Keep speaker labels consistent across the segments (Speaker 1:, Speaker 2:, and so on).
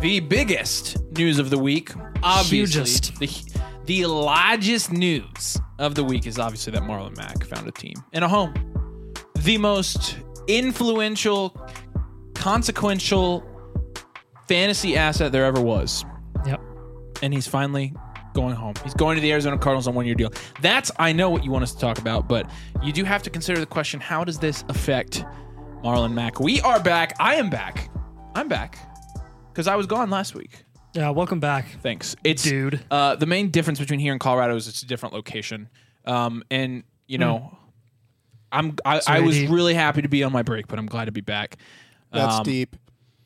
Speaker 1: the biggest news of the week, obviously,
Speaker 2: Hugest.
Speaker 1: the the largest news of the week is obviously that Marlon Mack found a team and a home. The most influential, consequential fantasy asset there ever was,
Speaker 2: Yep.
Speaker 1: and he's finally going home. He's going to the Arizona Cardinals on one year deal. That's I know what you want us to talk about, but you do have to consider the question: How does this affect Marlon Mack? We are back. I am back. I'm back because I was gone last week.
Speaker 2: Yeah. Welcome back.
Speaker 1: Thanks. It's
Speaker 2: Dude.
Speaker 1: Uh, the main difference between here and Colorado is it's a different location. Um, and you know, I'm I, I was
Speaker 2: Hmm. Sorry.
Speaker 1: really happy to be on my break, but I'm glad to be back.
Speaker 3: That's
Speaker 1: Um,
Speaker 3: deep.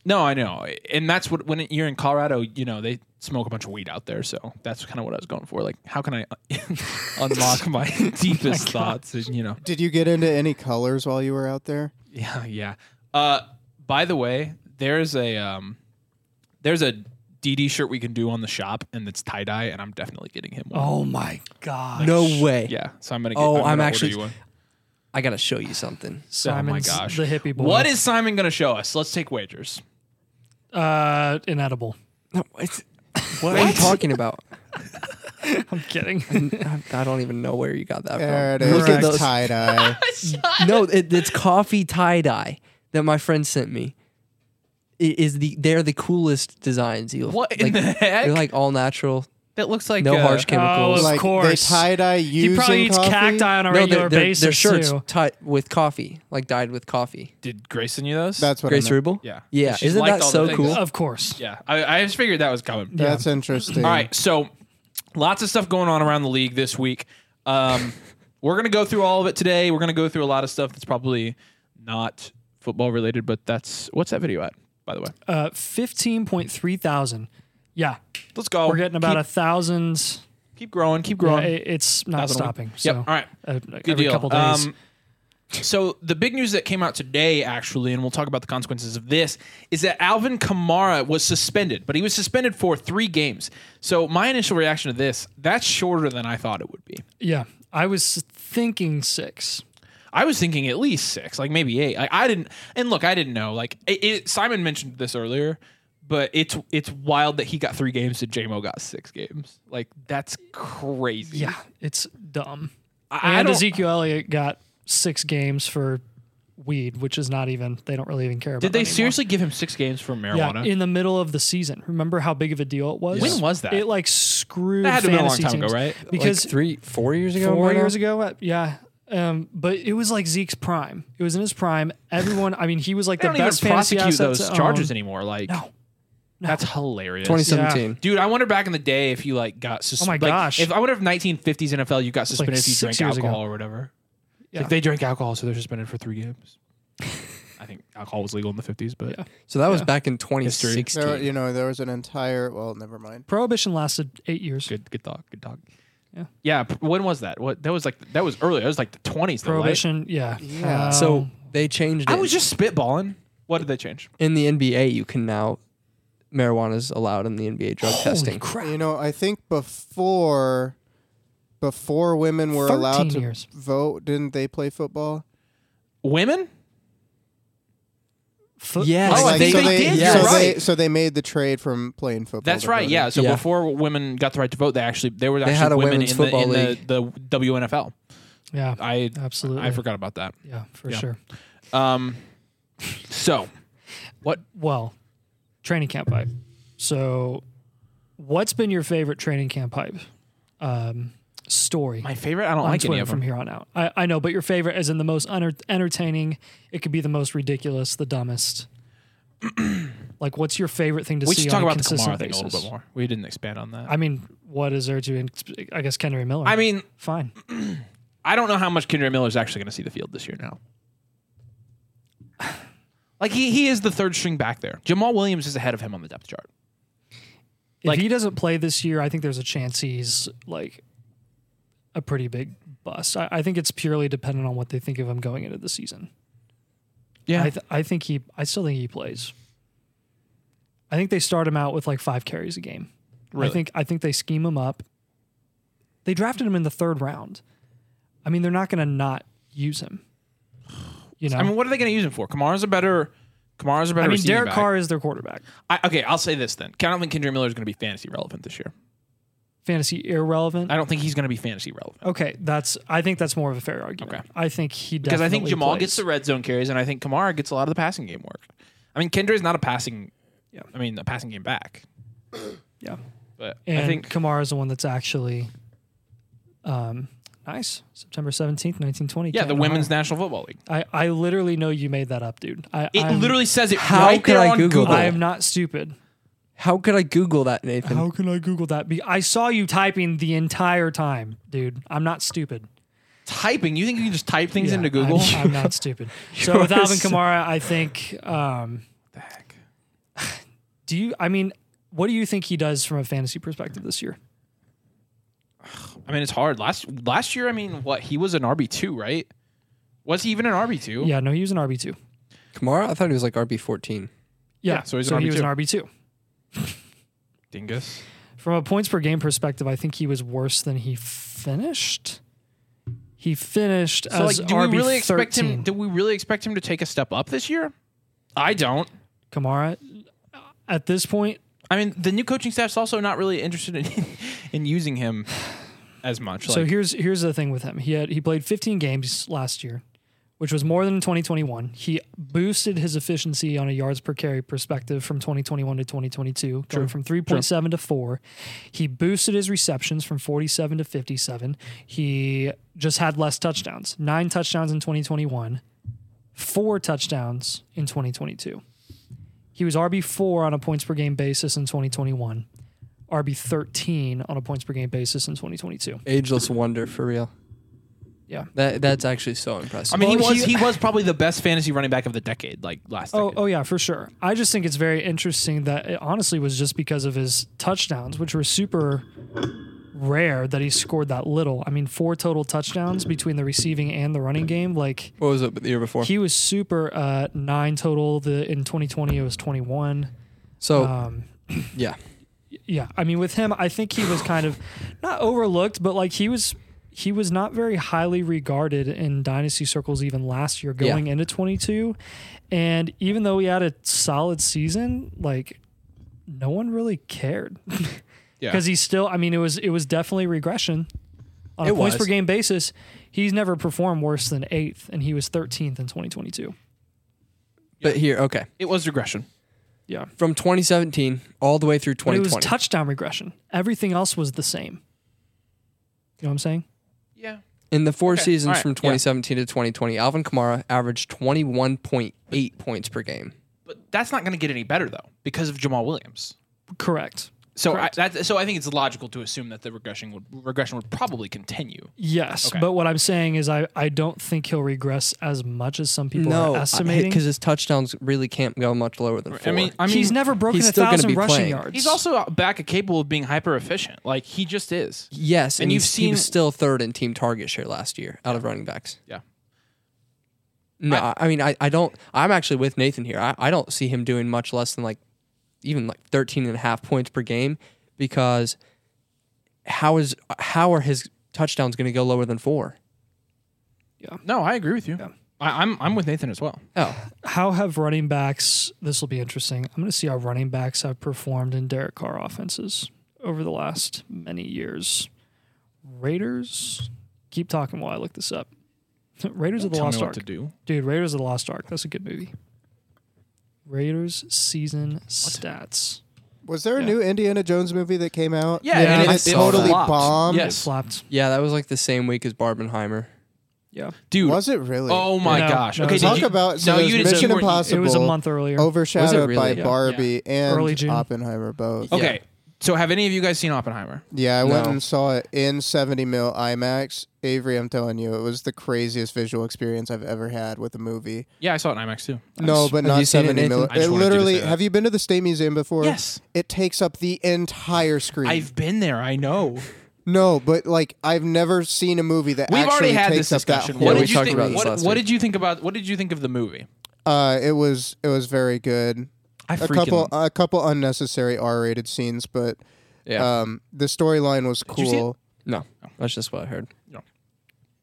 Speaker 1: No, I know, and that's what when you're in Colorado, you know they smoke a bunch of weed out there, so that's kind of what I was going for. Like, how can I unlock my
Speaker 2: Oh
Speaker 1: deepest thoughts? And you know,
Speaker 3: Did you get into any colors while you were out there?
Speaker 1: yeah, yeah. Uh, by the way, there's a um, there's a DD shirt we can do on the shop, and it's tie dye, and I'm definitely getting him one.
Speaker 2: Oh my god.
Speaker 4: No way.
Speaker 1: Yeah, so I'm gonna. Get, I'm,
Speaker 4: Oh,
Speaker 1: gonna
Speaker 4: I'm
Speaker 1: order
Speaker 4: actually-
Speaker 1: You one.
Speaker 4: I gotta show you something.
Speaker 2: Simon's
Speaker 1: oh my gosh,
Speaker 2: the hippie boy.
Speaker 1: What is Simon gonna show us? Let's take wagers.
Speaker 2: uh inedible?
Speaker 4: No, it's, what? are you talking about?
Speaker 2: I'm kidding.
Speaker 4: I I don't even know where you got that
Speaker 3: There it
Speaker 4: from.
Speaker 3: is.
Speaker 4: Uh, Look at
Speaker 2: Correct.
Speaker 4: those.
Speaker 3: Tie dye.
Speaker 4: no, it, it's coffee tie dye that my friend sent me. It is the they're the coolest designs. You
Speaker 1: What in
Speaker 4: like,
Speaker 1: the heck?
Speaker 4: They're like all natural,
Speaker 1: That looks like
Speaker 4: no
Speaker 1: uh,
Speaker 4: harsh chemicals.
Speaker 2: Oh, Of
Speaker 3: like
Speaker 2: course.
Speaker 3: they tie dye
Speaker 2: he
Speaker 3: using
Speaker 2: probably eats
Speaker 3: coffee?
Speaker 2: cacti on a
Speaker 4: no,
Speaker 2: regular
Speaker 4: they're, they're,
Speaker 2: basis
Speaker 4: they're shirts
Speaker 2: too.
Speaker 4: tied with coffee, like dyed with coffee.
Speaker 1: Did Grace send you those?
Speaker 3: That's what.
Speaker 4: Grace
Speaker 3: I meant.
Speaker 4: Rubel.
Speaker 1: yeah,
Speaker 4: Yeah,
Speaker 1: She's
Speaker 4: isn't
Speaker 1: liked
Speaker 4: that
Speaker 1: all the
Speaker 4: so
Speaker 1: things.
Speaker 4: cool?
Speaker 2: Of course.
Speaker 1: Yeah, I, I just figured that was coming.
Speaker 3: That's interesting.
Speaker 1: All right, so lots of stuff going on around the league this week. Um, we're gonna go through all of it today. We're gonna go through a lot of stuff that's probably not football related, but that's what's that video at? By the way,
Speaker 2: Uh, fifteen point three thousand. Yeah,
Speaker 1: let's go.
Speaker 2: we're getting about
Speaker 1: keep,
Speaker 2: a thousand.
Speaker 1: keep growing, keep
Speaker 2: Yeah,
Speaker 1: growing.
Speaker 2: it- it's not
Speaker 1: Thousand a week.
Speaker 2: stopping.
Speaker 1: Yep.
Speaker 2: So
Speaker 1: All right.
Speaker 2: uh,
Speaker 1: Good
Speaker 2: every
Speaker 1: deal.
Speaker 2: couple days.
Speaker 1: Um, so the big news that came out today, actually, and we'll talk about the consequences of this, is that Alvin Kamara was suspended, but he was suspended for three games. So my initial reaction to this, that's shorter than I thought it would be.
Speaker 2: yeah, I was thinking six.
Speaker 1: I was thinking at least six, like maybe eight. Like I didn't, and look, I didn't know. Like it, it, Simon mentioned this earlier, but it's it's wild that he got three games and JMO got six games. Like that's crazy.
Speaker 2: Yeah, it's dumb.
Speaker 1: I, I
Speaker 2: And
Speaker 1: don't-
Speaker 2: Ezekiel Elliott got six games for weed, which is not even. They don't really even care about.
Speaker 1: Did
Speaker 2: that
Speaker 1: they
Speaker 2: anymore.
Speaker 1: seriously give him six games for
Speaker 2: Yeah,
Speaker 1: marijuana?
Speaker 2: in the middle of the season. Remember how big of a deal it was?
Speaker 1: When was that?
Speaker 2: It like screwed.
Speaker 1: That had to have been a
Speaker 2: fantasy
Speaker 1: long time ago,
Speaker 2: teams.
Speaker 1: right?
Speaker 4: Like
Speaker 2: Because
Speaker 4: three, four years ago,
Speaker 2: four
Speaker 4: right now?
Speaker 2: years ago. uh, Yeah. Um, but it was like Zeke's prime. It was in his prime. Everyone, I mean, he was like
Speaker 1: they
Speaker 2: the
Speaker 1: don't even
Speaker 2: best fantasy
Speaker 1: prosecute
Speaker 2: asset
Speaker 1: those um,
Speaker 2: to
Speaker 1: charges
Speaker 2: own.
Speaker 1: anymore. Like
Speaker 2: No. No.
Speaker 1: that's hilarious.
Speaker 4: 2017.
Speaker 1: Dude, I wonder back in the day if you like got
Speaker 2: my
Speaker 1: suspended.
Speaker 2: gosh.
Speaker 1: If I wonder if 1950s NFL you got suspended if you
Speaker 2: six
Speaker 1: drank
Speaker 2: years ago.
Speaker 1: alcohol or whatever.
Speaker 2: Yeah.
Speaker 1: Like they drank alcohol, so they're suspended for three games. I think alcohol was legal in the 50s, but
Speaker 4: So that was back in 2016.
Speaker 3: There, you know, there was an entire. Well, never mind.
Speaker 2: Prohibition lasted eight years.
Speaker 1: good, good talk, good talk.
Speaker 2: Yeah.
Speaker 1: yeah. p- When was that? What that was like? That was early. That was like the 20s. though, right?
Speaker 2: Prohibition, yeah.
Speaker 3: Yeah.
Speaker 2: Um,
Speaker 4: So they changed it.
Speaker 1: I was just spitballing. What did they change?
Speaker 4: in the NBA, you can now marijuana is allowed in the NBA drug
Speaker 2: Um,
Speaker 4: testing.
Speaker 3: You know, I think before, before women were
Speaker 2: 13
Speaker 3: allowed to
Speaker 2: years.
Speaker 3: vote, didn't they play football?
Speaker 1: Women?
Speaker 2: Fo-
Speaker 4: Yes.
Speaker 1: Oh, I
Speaker 3: Like,
Speaker 1: think
Speaker 3: so
Speaker 1: they did,
Speaker 4: you're
Speaker 3: so
Speaker 4: right.
Speaker 3: They, so they made the trade from playing football.
Speaker 1: That's
Speaker 3: to
Speaker 1: right.
Speaker 3: voting.
Speaker 1: Yeah. So
Speaker 4: Yeah.
Speaker 1: before women got the right to vote, they actually there were actually
Speaker 4: had a
Speaker 1: women
Speaker 4: women's
Speaker 1: in, the,
Speaker 4: football
Speaker 1: in the,
Speaker 4: league.
Speaker 1: the WNFL.
Speaker 2: yeah,
Speaker 1: I
Speaker 2: absolutely.
Speaker 1: I forgot about that.
Speaker 2: Yeah, for
Speaker 1: Yeah.
Speaker 2: sure.
Speaker 1: Um, so
Speaker 2: Well, training camp hype. So, what's been your favorite training camp hype um, story?
Speaker 1: my favorite, I don't
Speaker 2: on
Speaker 1: like
Speaker 2: Twitter
Speaker 1: any of
Speaker 2: from
Speaker 1: them.
Speaker 2: here on out. I, I know, but your favorite is in the most uner- entertaining. It could be the most ridiculous, the dumbest. like, what's your favorite thing to
Speaker 1: We
Speaker 2: see?
Speaker 1: should talk
Speaker 2: on a
Speaker 1: about the
Speaker 2: consistent
Speaker 1: Kamara thing a
Speaker 2: basis?
Speaker 1: little bit more. We didn't expand on that.
Speaker 2: I mean, what is there to? in- I guess Kendra Miller.
Speaker 1: I mean,
Speaker 2: fine.
Speaker 1: I don't know how much Kendra Miller is actually going to see the field this year now. Like he he is the third string back there. Jamal Williams is ahead of him on the depth chart. Like-
Speaker 2: if he doesn't play this year, I think there's a chance he's like a pretty big bust. I, I think it's purely dependent on what they think of him going into the season.
Speaker 1: Yeah.
Speaker 2: I, th- I think he. I still think he plays. I think they start him out with like five carries a game.
Speaker 1: Really?
Speaker 2: I think I think they scheme him up. They drafted him in the third round. I mean, they're not going to not use him. You know,
Speaker 1: I mean, what are they going to use him for? Kamara's a better Kamara's a better
Speaker 2: I mean,
Speaker 1: receiving
Speaker 2: Derek
Speaker 1: back.
Speaker 2: Carr is their quarterback.
Speaker 1: I, okay, I'll say this then. I don't think Kendra Miller is going to be fantasy relevant this year.
Speaker 2: Fantasy irrelevant.
Speaker 1: I don't think he's going to be fantasy relevant
Speaker 2: Okay, that's. I think that's more of a fair argument.
Speaker 1: Okay.
Speaker 2: I think he
Speaker 1: because I think
Speaker 2: definitely
Speaker 1: Jamal
Speaker 2: plays.
Speaker 1: gets the red zone carries, and I think Kamara gets a lot of the passing game work. I mean, Kendra is not a passing.
Speaker 2: Yeah.
Speaker 1: I mean, a passing game back,
Speaker 2: yeah,
Speaker 1: but
Speaker 2: and
Speaker 1: I think
Speaker 2: Kamara is the one that's actually, um, nice. September seventeenth, nineteen twenty.
Speaker 1: yeah, the Women's National Football League.
Speaker 2: I, I literally know you made that up, dude. I
Speaker 1: It
Speaker 2: I'm-
Speaker 1: literally says it
Speaker 4: How
Speaker 1: right
Speaker 4: could
Speaker 1: there
Speaker 4: I
Speaker 1: on
Speaker 4: Google
Speaker 1: Google.
Speaker 4: that?
Speaker 2: I'm not stupid.
Speaker 4: How could I Google that, Nathan?
Speaker 2: How can I Google that? Be- I saw you typing the entire time, dude. I'm not stupid.
Speaker 1: Typing. You think you can just type things
Speaker 2: Yeah,
Speaker 1: into Google?
Speaker 2: I'm, I'm not stupid. so
Speaker 4: You
Speaker 2: with
Speaker 4: are
Speaker 2: Alvin
Speaker 4: so-
Speaker 2: Kamara, I think. Um,
Speaker 1: the heck?
Speaker 2: do you? I mean, what do you think he does from a fantasy perspective this year?
Speaker 1: I mean, it's hard. Last last year, I mean, what he was an RB two, right? Was he even an RB two?
Speaker 2: Yeah, no, he was an RB two.
Speaker 4: Kamara? I thought he was like RB fourteen.
Speaker 2: Yeah,
Speaker 1: Yeah, so he's an
Speaker 2: he was an
Speaker 1: RB2.
Speaker 2: RB two.
Speaker 1: Dingus.
Speaker 2: From a points per game perspective, I think he was worse than he finished. He finished
Speaker 1: So,
Speaker 2: as
Speaker 1: like, do
Speaker 2: RB
Speaker 1: we really expect him?
Speaker 2: 13.
Speaker 1: Do we really expect him to take a step up this year? I don't.
Speaker 2: Kamara, at this point,
Speaker 1: I mean, the new coaching staff's also not really interested in in using him as much.
Speaker 2: so
Speaker 1: like,
Speaker 2: here's here's the thing with him. He had he played 15 games last year, which was more than in 2021. He boosted his efficiency on a yards per carry perspective from 2021 to 2022, going from 3.7 to 4. He boosted his receptions from 47 to 57. He just had less touchdowns. 9 touchdowns in 2021, 4 touchdowns in 2022. He was RB4 on a points per game basis in 2021. RB13 on a points per game basis in 2022.
Speaker 4: Ageless wonder for real.
Speaker 2: Yeah.
Speaker 4: That that's actually so impressive.
Speaker 1: I mean,
Speaker 2: well,
Speaker 1: he was
Speaker 2: he-
Speaker 1: he was probably the best fantasy running back of the decade, like last.
Speaker 2: Oh,
Speaker 1: decade.
Speaker 2: oh yeah, for sure. I just think it's very interesting that it honestly was just because of his touchdowns, which were super rare that he scored that little. I mean, four total touchdowns between the receiving and the running game. Like
Speaker 4: what was it the year before?
Speaker 2: he was super uh, nine total. The in 2020 it was 21.
Speaker 4: so
Speaker 2: Um,
Speaker 4: yeah,
Speaker 2: yeah, I mean with him, I think he was kind of not overlooked, but like he was he was not very highly regarded in dynasty circles even last year
Speaker 4: Yeah.
Speaker 2: going into 22. And even though he had a solid season, like no one really cared.
Speaker 1: Yeah.
Speaker 2: Cuz he still I mean it was it was definitely regression on a
Speaker 4: It
Speaker 2: points per
Speaker 4: was.
Speaker 2: game basis. He's never performed worse than 8th and he was 13th in 2022.
Speaker 4: but here okay,
Speaker 1: it was regression.
Speaker 2: Yeah.
Speaker 4: from 2017 all the way through
Speaker 2: But it was
Speaker 4: 2020.
Speaker 2: touchdown regression. Everything else was the same. You know what I'm saying?
Speaker 1: Yeah.
Speaker 4: In the four
Speaker 1: Okay,
Speaker 4: seasons
Speaker 1: alright,
Speaker 4: from
Speaker 1: yeah.
Speaker 4: 2017 to 2020, Alvin Kamara averaged 21.8 points per game.
Speaker 1: But that's not going to get any better though because of Jamal Williams.
Speaker 2: Correct.
Speaker 1: So I,
Speaker 2: Correct.
Speaker 1: that, so I think it's logical to assume that the regression would regression would probably continue.
Speaker 2: Yes,
Speaker 1: Okay.
Speaker 2: but what I'm saying is I, I don't think he'll regress as much as some people
Speaker 4: no,
Speaker 2: are estimating.
Speaker 4: because his touchdowns really can't go much lower than four.
Speaker 1: I mean, I mean,
Speaker 2: he's never broken
Speaker 4: he's
Speaker 2: a
Speaker 4: still gonna
Speaker 2: thousand
Speaker 4: be
Speaker 2: rushing
Speaker 4: playing.
Speaker 2: yards.
Speaker 1: he's also back capable of being hyper efficient. Like he just is.
Speaker 4: yes, and,
Speaker 1: and you've
Speaker 4: you've seen he was
Speaker 1: seen-
Speaker 4: still third in team target share last year out of running backs.
Speaker 1: Yeah.
Speaker 4: No, I, I mean, I, I don't. I'm actually with Nathan here. I, I don't see him doing much less than like even like 13 and a half points per game because how is how are his touchdowns going to go lower than four?
Speaker 1: No, I agree with you. I, I'm I'm with Nathan as well.
Speaker 4: Oh,
Speaker 2: how have running backs? This will be interesting. I'm going to see how running backs have performed in Derek Carr offenses over the last many years. Raiders. Keep talking while I look this up. Raiders of the
Speaker 1: Tell me
Speaker 2: Lost
Speaker 1: what
Speaker 2: Ark,
Speaker 1: to do.
Speaker 2: dude. Raiders of the Lost Ark. That's a good movie. Raiders season stats.
Speaker 3: Was there a
Speaker 2: Yeah.
Speaker 3: new Indiana Jones movie that came out?
Speaker 1: Yeah,
Speaker 2: Yeah,
Speaker 1: and it,
Speaker 3: I
Speaker 1: it
Speaker 3: totally
Speaker 1: flopped.
Speaker 3: bombed.
Speaker 2: It
Speaker 1: Yes,
Speaker 2: slapped.
Speaker 4: yeah, that was like the same week as Barbenheimer.
Speaker 2: Yeah.
Speaker 1: dude.
Speaker 3: Was it really?
Speaker 1: Oh my
Speaker 2: No,
Speaker 1: gosh!
Speaker 2: no,
Speaker 1: okay,
Speaker 2: it's
Speaker 1: did
Speaker 3: Talk
Speaker 1: you,
Speaker 3: about so
Speaker 1: no,
Speaker 3: there's
Speaker 1: you didn't-
Speaker 3: Mission
Speaker 1: you weren't-
Speaker 3: Impossible.
Speaker 2: It was a month
Speaker 4: Oh,
Speaker 2: earlier.
Speaker 3: Overshadowed
Speaker 4: really?
Speaker 3: by
Speaker 4: Yeah.
Speaker 3: Barbie and
Speaker 2: Early June.
Speaker 3: Oppenheimer both.
Speaker 1: Okay, so have any of you guys seen Oppenheimer?
Speaker 3: Yeah, I went
Speaker 4: No.
Speaker 3: and saw it in 70 mil IMAX. Avery, I'm telling you, it was the craziest visual experience I've ever had with a movie.
Speaker 1: Yeah, I saw it in IMAx too.
Speaker 3: No, but
Speaker 4: Have
Speaker 3: not
Speaker 4: you seen it,
Speaker 3: 70 mil.
Speaker 4: Nathan?
Speaker 1: I just
Speaker 3: It
Speaker 1: wanted you to say
Speaker 3: literally,
Speaker 1: that.
Speaker 3: have you been to the State Museum before?
Speaker 1: Yes.
Speaker 3: It takes up the entire screen.
Speaker 1: I've been there. I know.
Speaker 3: no, but like I've never seen a movie that
Speaker 1: We've
Speaker 3: actually
Speaker 1: already had
Speaker 3: takes
Speaker 1: this
Speaker 3: up that
Speaker 1: discussion.
Speaker 3: whole
Speaker 1: What
Speaker 4: Yeah, we
Speaker 1: did you
Speaker 4: talked
Speaker 1: think?
Speaker 4: about this
Speaker 1: What,
Speaker 4: last
Speaker 1: what
Speaker 4: week.
Speaker 1: did you think about? What did you think of the movie?
Speaker 3: Uh, it was it was very good.
Speaker 1: I
Speaker 3: A
Speaker 1: freaking
Speaker 3: couple a couple unnecessary R-rated scenes, but
Speaker 4: Yeah,
Speaker 3: um, the storyline was
Speaker 1: you see it?
Speaker 3: cool.
Speaker 4: no, that's just what I heard.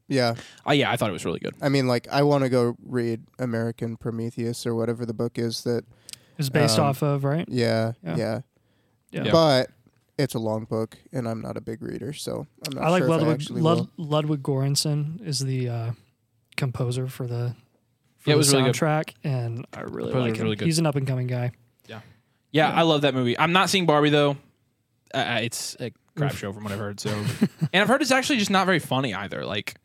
Speaker 3: Yeah.
Speaker 1: Uh, yeah, I thought it was really good.
Speaker 3: I mean, like, I want to go read American Prometheus or whatever the book is that,
Speaker 2: It's based
Speaker 3: Um,
Speaker 2: off of right.
Speaker 3: yeah,
Speaker 2: Yeah.
Speaker 3: yeah.
Speaker 2: Yeah.
Speaker 1: Yeah.
Speaker 3: But it's a long book, and I'm not a big reader, so I'm not
Speaker 2: I like
Speaker 3: sure if I
Speaker 2: Ludwig.
Speaker 3: actually will.
Speaker 2: Lud, Ludwig Göransson is the uh, composer for the. For
Speaker 1: Yeah, it was
Speaker 2: the
Speaker 1: really good.
Speaker 2: soundtrack, and I really
Speaker 1: Composer
Speaker 2: like
Speaker 1: was
Speaker 2: him.
Speaker 1: really good.
Speaker 2: He's an up and coming guy.
Speaker 1: Yeah, I love that movie. I'm not seeing Barbie though. Uh, Uh, it's a crap show from what I've heard. So, and I've heard it's actually just not very funny either. Like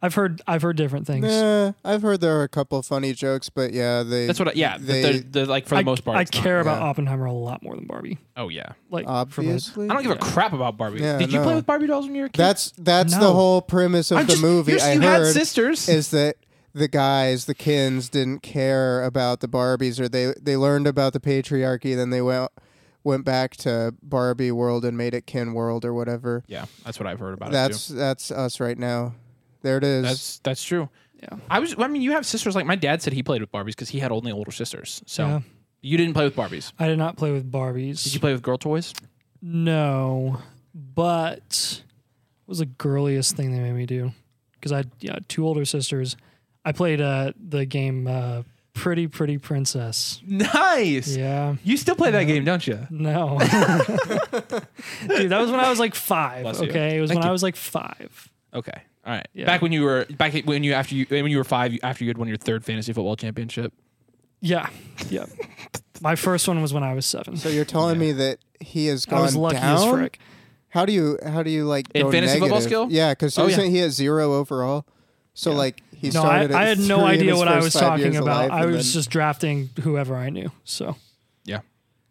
Speaker 2: I've heard I've heard different things.
Speaker 3: Nah, I've heard there are a couple funny jokes, but yeah, they.
Speaker 1: that's what. I, yeah,
Speaker 3: They-
Speaker 1: the, the, the- like for the
Speaker 2: I,
Speaker 1: most part,
Speaker 2: I
Speaker 1: it's not.
Speaker 2: care about
Speaker 3: yeah.
Speaker 2: Oppenheimer a lot more than Barbie.
Speaker 1: Oh yeah,
Speaker 2: Like from a-
Speaker 3: obviously.
Speaker 1: I don't give a crap about Barbie.
Speaker 3: Yeah,
Speaker 1: Did you play
Speaker 3: no.
Speaker 1: with Barbie dolls when you were a kid?
Speaker 3: That's that's
Speaker 2: No.
Speaker 3: the whole premise of
Speaker 1: I'm
Speaker 3: the
Speaker 1: just-
Speaker 3: movie.
Speaker 1: you're-
Speaker 3: I
Speaker 1: you had
Speaker 3: heard
Speaker 1: sisters.
Speaker 3: is that the guys, the kins, didn't care about the Barbies, or they they learned about the patriarchy, then they went went back to Barbie World and made it Kin World or whatever.
Speaker 1: yeah, that's what I've heard about it too.
Speaker 3: That's that's us right now. There it is.
Speaker 1: That's that's true.
Speaker 2: Yeah.
Speaker 1: I was. I mean, you have sisters. Like my dad said, he played with Barbies because he had only older sisters. So
Speaker 2: Yeah.
Speaker 1: you didn't play with Barbies.
Speaker 2: I did not play with Barbies.
Speaker 1: Did you play with girl toys?
Speaker 2: No, but it was the girliest thing they made me do because I yeah two older sisters. I played uh, the game uh, Pretty Pretty Princess.
Speaker 1: Nice.
Speaker 2: Yeah,
Speaker 1: You still play that game, don't you?
Speaker 2: no, dude, that was when I was like five.
Speaker 1: Bless you.
Speaker 2: okay, it was
Speaker 1: Thank
Speaker 2: when I
Speaker 1: you.
Speaker 2: was like five.
Speaker 1: Okay. All right.
Speaker 2: Yeah.
Speaker 1: Back when you were back when you after you when you were five you- after you had won your third fantasy football championship.
Speaker 2: Yeah, yeah. My first one was when I was seven.
Speaker 3: so you're telling
Speaker 1: Yeah.
Speaker 3: me that he has gone
Speaker 2: I was lucky
Speaker 3: down.
Speaker 2: as frick.
Speaker 3: How do you how do you like
Speaker 1: In
Speaker 3: go
Speaker 1: fantasy
Speaker 3: negative?
Speaker 1: football skill?
Speaker 3: Yeah, because
Speaker 1: Oh,
Speaker 3: you're
Speaker 1: yeah.
Speaker 3: saying he has zero overall. So
Speaker 2: Yeah.
Speaker 3: like he
Speaker 2: No, I,
Speaker 3: started. at
Speaker 2: I had no
Speaker 3: three in
Speaker 2: idea
Speaker 3: his
Speaker 2: what I
Speaker 3: first
Speaker 2: was
Speaker 3: five
Speaker 2: talking
Speaker 3: years of
Speaker 2: about.
Speaker 3: life,
Speaker 2: I
Speaker 3: and
Speaker 2: was
Speaker 3: then-
Speaker 2: just drafting whoever I knew. So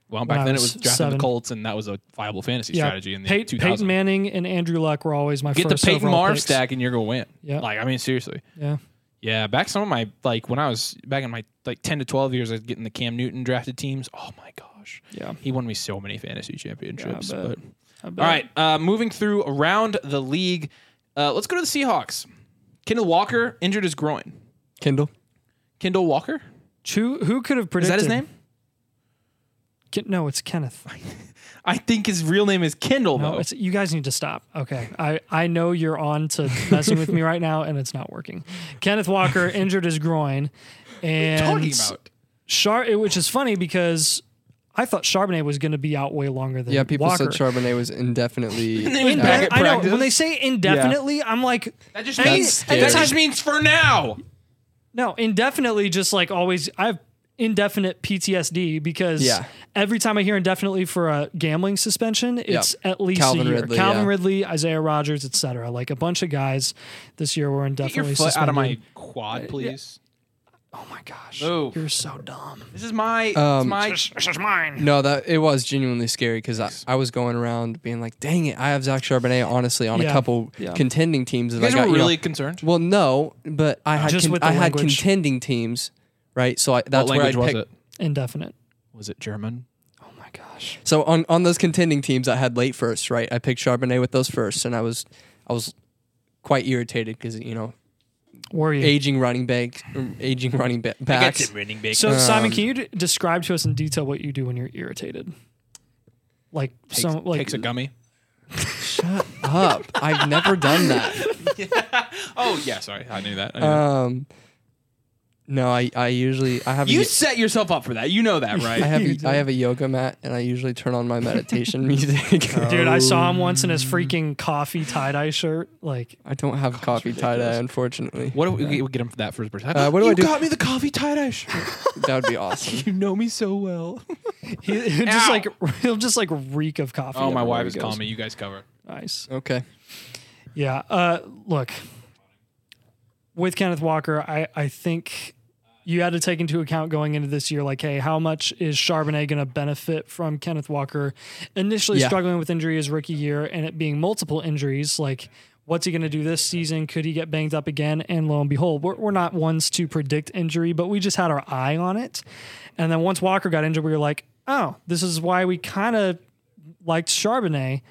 Speaker 1: Well,
Speaker 2: When
Speaker 1: back
Speaker 2: I
Speaker 1: then it
Speaker 2: was
Speaker 1: was drafting
Speaker 2: seven.
Speaker 1: the Colts, and that was a viable fantasy strategy in the
Speaker 2: Pey-
Speaker 1: 2000s.
Speaker 2: Peyton Manning and Andrew Luck were always my
Speaker 1: Get the
Speaker 2: first
Speaker 1: Peyton
Speaker 2: overall
Speaker 1: Marv
Speaker 2: picks.
Speaker 1: stack, and you're gonna win.
Speaker 2: Yeah.
Speaker 1: Like I mean, seriously.
Speaker 2: Yeah.
Speaker 1: Yeah. Back some of my like when I was back in my like 10 to 12 years, I was getting the Cam Newton drafted teams. Oh my gosh.
Speaker 2: Yeah.
Speaker 1: He won me so many fantasy championships.
Speaker 2: bet.
Speaker 1: but
Speaker 2: I bet.
Speaker 1: All right, uh, moving through around the league. Uh, let's go to the Seahawks. Kendall Walker injured his groin.
Speaker 4: Kindle.
Speaker 1: Kendall Walker?
Speaker 2: Who, who could have
Speaker 1: Is
Speaker 2: predicted?
Speaker 1: that his name?
Speaker 2: Ken- no, it's Kenneth.
Speaker 1: I think his real name is Kendall,
Speaker 2: No,
Speaker 1: though.
Speaker 2: Oh, it's, you guys need to stop. Okay. I, I know you're on to messing with me right now, and it's not working. Kenneth Walker injured his groin. And
Speaker 1: talking about.
Speaker 2: Char- which is funny because I thought Charbonnet was going to be out way longer than
Speaker 4: Yeah, people
Speaker 2: Walker.
Speaker 4: said Charbonnet was indefinitely.
Speaker 1: They went
Speaker 4: out.
Speaker 1: back at
Speaker 2: I know.
Speaker 1: practice.
Speaker 2: When they say indefinitely, I'm like,
Speaker 1: That just
Speaker 2: I mean,
Speaker 1: means
Speaker 4: scary.
Speaker 1: that just means for now.
Speaker 2: No, indefinitely just like always I have indefinite PTSD because
Speaker 4: Yeah.
Speaker 2: every time I hear indefinitely for a gambling suspension, it's at least
Speaker 4: Calvin
Speaker 2: a year.
Speaker 4: Ridley,
Speaker 2: Calvin
Speaker 4: yeah.
Speaker 2: Ridley, Isaiah Rogers, etc. Like a bunch of guys this year were
Speaker 1: Get your
Speaker 2: indefinitely
Speaker 1: foot
Speaker 2: suspended.
Speaker 1: out of my quad, please.
Speaker 2: Oh my gosh.
Speaker 1: Move.
Speaker 2: You're so dumb.
Speaker 1: This is my.
Speaker 4: Um,
Speaker 1: it's my.
Speaker 4: No, that it was genuinely scary because I, I was going around being like, "Dang it, I have Zach Charbonnet." Honestly, on
Speaker 2: Yeah.
Speaker 4: a couple
Speaker 2: Yeah.
Speaker 4: contending teams that
Speaker 1: You guys
Speaker 4: I got,
Speaker 1: were
Speaker 4: you know-
Speaker 1: really concerned.
Speaker 4: well, no, but I had
Speaker 2: Just
Speaker 4: con-
Speaker 2: with the
Speaker 4: I had
Speaker 2: language.
Speaker 4: contending teams, right? So I, that's
Speaker 1: what
Speaker 4: where I
Speaker 1: language was
Speaker 4: picked.
Speaker 1: it?
Speaker 2: Indefinite.
Speaker 1: Was it German?
Speaker 2: Oh my gosh.
Speaker 4: So on on those contending teams, I had late first, right? I picked Charbonnet with those first, and I was I was quite irritated because you know
Speaker 2: Were you?
Speaker 4: aging running back, aging running ba- backs.
Speaker 1: running back.
Speaker 4: Um,
Speaker 2: So Simon, can you d- describe to us in detail what you do when you're irritated? Like
Speaker 1: takes,
Speaker 2: some like
Speaker 1: takes a gummy.
Speaker 4: Up, I've never done that.
Speaker 1: Oh yeah, sorry, I knew that. I knew that.
Speaker 4: Um, no, I I usually I have a
Speaker 1: You
Speaker 4: ye-
Speaker 1: set yourself up for that. You know that, right?
Speaker 4: I have
Speaker 2: You
Speaker 4: a, I have a yoga mat and I usually turn on my meditation music.
Speaker 2: Dude, I saw him once in
Speaker 4: Um.
Speaker 2: his freaking coffee tie dye shirt. Like,
Speaker 4: I don't have coffee tie dye, unfortunately.
Speaker 1: What do we, we get him for that first person?
Speaker 4: Uh, what do
Speaker 1: you
Speaker 4: I do-
Speaker 1: got me the coffee tie dye shirt.
Speaker 4: That would be awesome.
Speaker 1: you know me so well.
Speaker 2: He he'll just
Speaker 1: Ow.
Speaker 2: like he'll just like reek of coffee.
Speaker 1: Oh, my
Speaker 2: everywhere
Speaker 1: wife
Speaker 2: he
Speaker 1: is
Speaker 2: goes.
Speaker 1: calling me. You guys cover.
Speaker 2: Nice.
Speaker 4: Okay.
Speaker 2: Yeah. Uh, look, with Kenneth Walker, I I think you had to take into account going into this year, like, hey, how much is Charbonnet going to benefit from Kenneth Walker initially
Speaker 4: Yeah.
Speaker 2: struggling with injury his rookie year and it being multiple injuries, like. What's he going to do this season? Could he get banged up again? And lo and behold, we're, we're not ones to predict injury, but we just had our eye on it. And then once Walker got injured, we were like, oh, this is why we kind of liked Charbonnet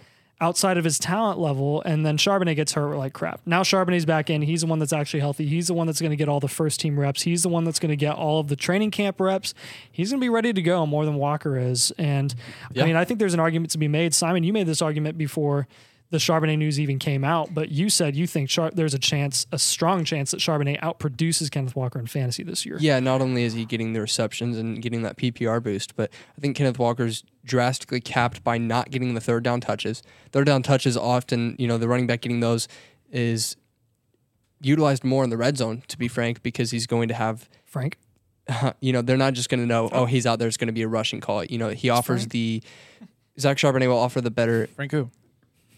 Speaker 2: outside of his talent level, and then Charbonnet gets hurt. We're like, crap. Now Charbonnet's back in. He's the one that's actually healthy. He's the one that's going to get all the first team reps. He's the one that's going to get all of the training camp reps. He's going to be ready to go more than Walker is. And I mean, I think there's an argument to be made. Simon, you made this argument before. the Charbonnet news even came out, but you said you think Char- there's a chance, a strong chance that Charbonnet outproduces Kenneth Walker in fantasy this year.
Speaker 4: Yeah, not only is he getting the receptions and getting that PPR boost, but I think Kenneth Walker's drastically capped by not getting the third down touches. Third down touches often, you know, the running back getting those is utilized more in the red zone, to be frank, because he's going to have,
Speaker 2: Frank,
Speaker 4: you know, they're not just going to know, oh, he's out there, it's going to be a rushing call. You know, he offers
Speaker 2: Frank.
Speaker 4: the, Zach Charbonnet will offer the better
Speaker 1: Frank who?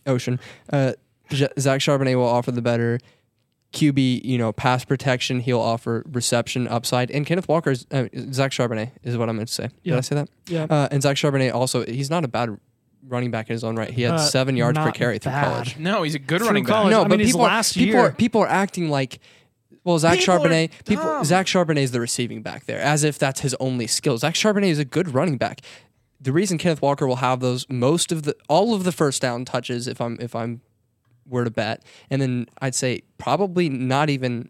Speaker 4: Ocean. Uh, J- Zach Charbonnet will offer the better QB, you know, pass protection. He'll offer reception upside. And Kenneth Walker's uh, Zach Charbonnet is what I meant to say. Did
Speaker 2: Yeah.
Speaker 4: I say that?
Speaker 2: yeah,
Speaker 4: Uh, and Zach Charbonnet also, he's not a bad running back in his own right. He had
Speaker 2: Uh,
Speaker 4: seven yards per
Speaker 2: not
Speaker 4: carry through
Speaker 2: bad.
Speaker 4: college.
Speaker 1: No, he's a good
Speaker 2: Through
Speaker 1: running back.
Speaker 2: college.
Speaker 4: No,
Speaker 2: Oh, I
Speaker 4: but
Speaker 2: mean, his
Speaker 4: people,
Speaker 2: last
Speaker 4: people,
Speaker 2: year-
Speaker 4: Are, people are acting like, well, Zach
Speaker 1: People are
Speaker 4: Charbonnet,
Speaker 1: dumb.
Speaker 4: people, Zach Charbonnet is the receiving back there, as if that's his only skill. Zach Charbonnet is a good running back. The reason Kenneth Walker will have those most of the all of the first down touches, if I'm if I'm were to bet, and then I'd say probably not even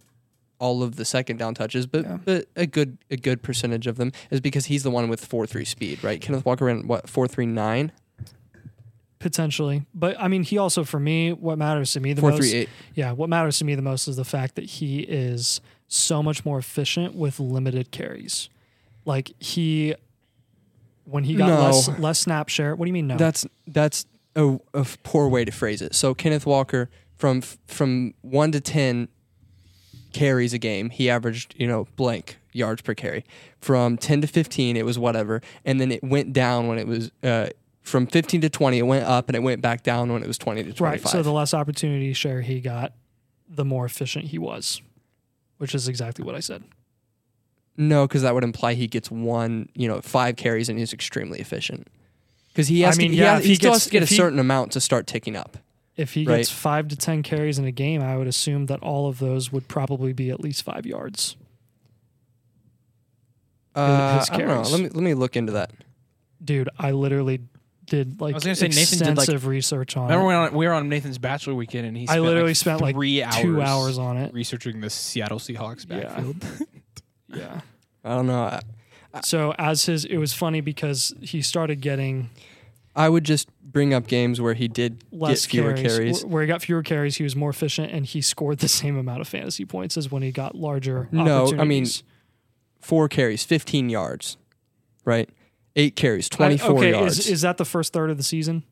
Speaker 4: all of the second down touches, but but a good a good percentage of them is because he's the one with four three speed, right? Kenneth Walker ran what four three nine.
Speaker 2: potentially. But I mean, he also for me, what matters to me the
Speaker 4: Four,
Speaker 2: most,
Speaker 4: three, eight.
Speaker 2: yeah, what matters to me the most is the fact that he is so much more efficient with limited carries. Like he, when he got
Speaker 4: No.
Speaker 2: less less snap share. What do you mean no?
Speaker 4: That's that's a, a f- poor way to phrase it. So Kenneth Walker from f- from one to ten carries a game, he averaged you know blank yards per carry. From ten to fifteen, it was whatever, and then it went down when it was uh, from fifteen to twenty. It went up and it went back down when it was twenty to
Speaker 2: right.
Speaker 4: twenty-five.
Speaker 2: So the less opportunity share he got, the more efficient he was, which is exactly what I said.
Speaker 4: no, because that would imply he gets one you know five carries and he's extremely efficient. Because he has
Speaker 2: I mean,
Speaker 4: to, he,
Speaker 2: yeah,
Speaker 4: has,
Speaker 2: if
Speaker 4: he
Speaker 2: he
Speaker 4: still
Speaker 2: gets-
Speaker 4: has to get a
Speaker 2: if he-
Speaker 4: certain amount to start ticking up.
Speaker 2: If he
Speaker 4: Right.
Speaker 2: gets five to ten carries in a game, I would assume that all of those would probably be at least five yards.
Speaker 4: Uh,
Speaker 2: his
Speaker 4: I don't know.
Speaker 2: carries.
Speaker 4: Let me let me look into that.
Speaker 2: Dude, I literally did like
Speaker 1: was gonna say, Nathan
Speaker 2: extensive
Speaker 1: did, like-
Speaker 2: research on. it.
Speaker 1: Remember when on, we were on Nathan's bachelor weekend and he
Speaker 2: I
Speaker 1: spent
Speaker 2: literally
Speaker 1: like
Speaker 2: spent, like,
Speaker 1: three
Speaker 2: two hours on it.
Speaker 1: researching the Seattle Seahawks
Speaker 2: Yeah.
Speaker 1: backfield.
Speaker 2: Yeah.
Speaker 4: I don't know. I-
Speaker 2: Uh, So as his, it was funny because he started getting
Speaker 4: I would just bring up games where he did
Speaker 2: less
Speaker 4: get fewer
Speaker 2: carries.
Speaker 4: carries.
Speaker 2: Wh- Where he got fewer carries, he was more efficient, and he scored the same amount of fantasy points as when he got larger.
Speaker 4: No, I mean,
Speaker 2: opportunities.
Speaker 4: Four carries, 15 yards, right? Eight carries, 24
Speaker 2: okay,
Speaker 4: yards.
Speaker 2: Is, is that the first third of the season?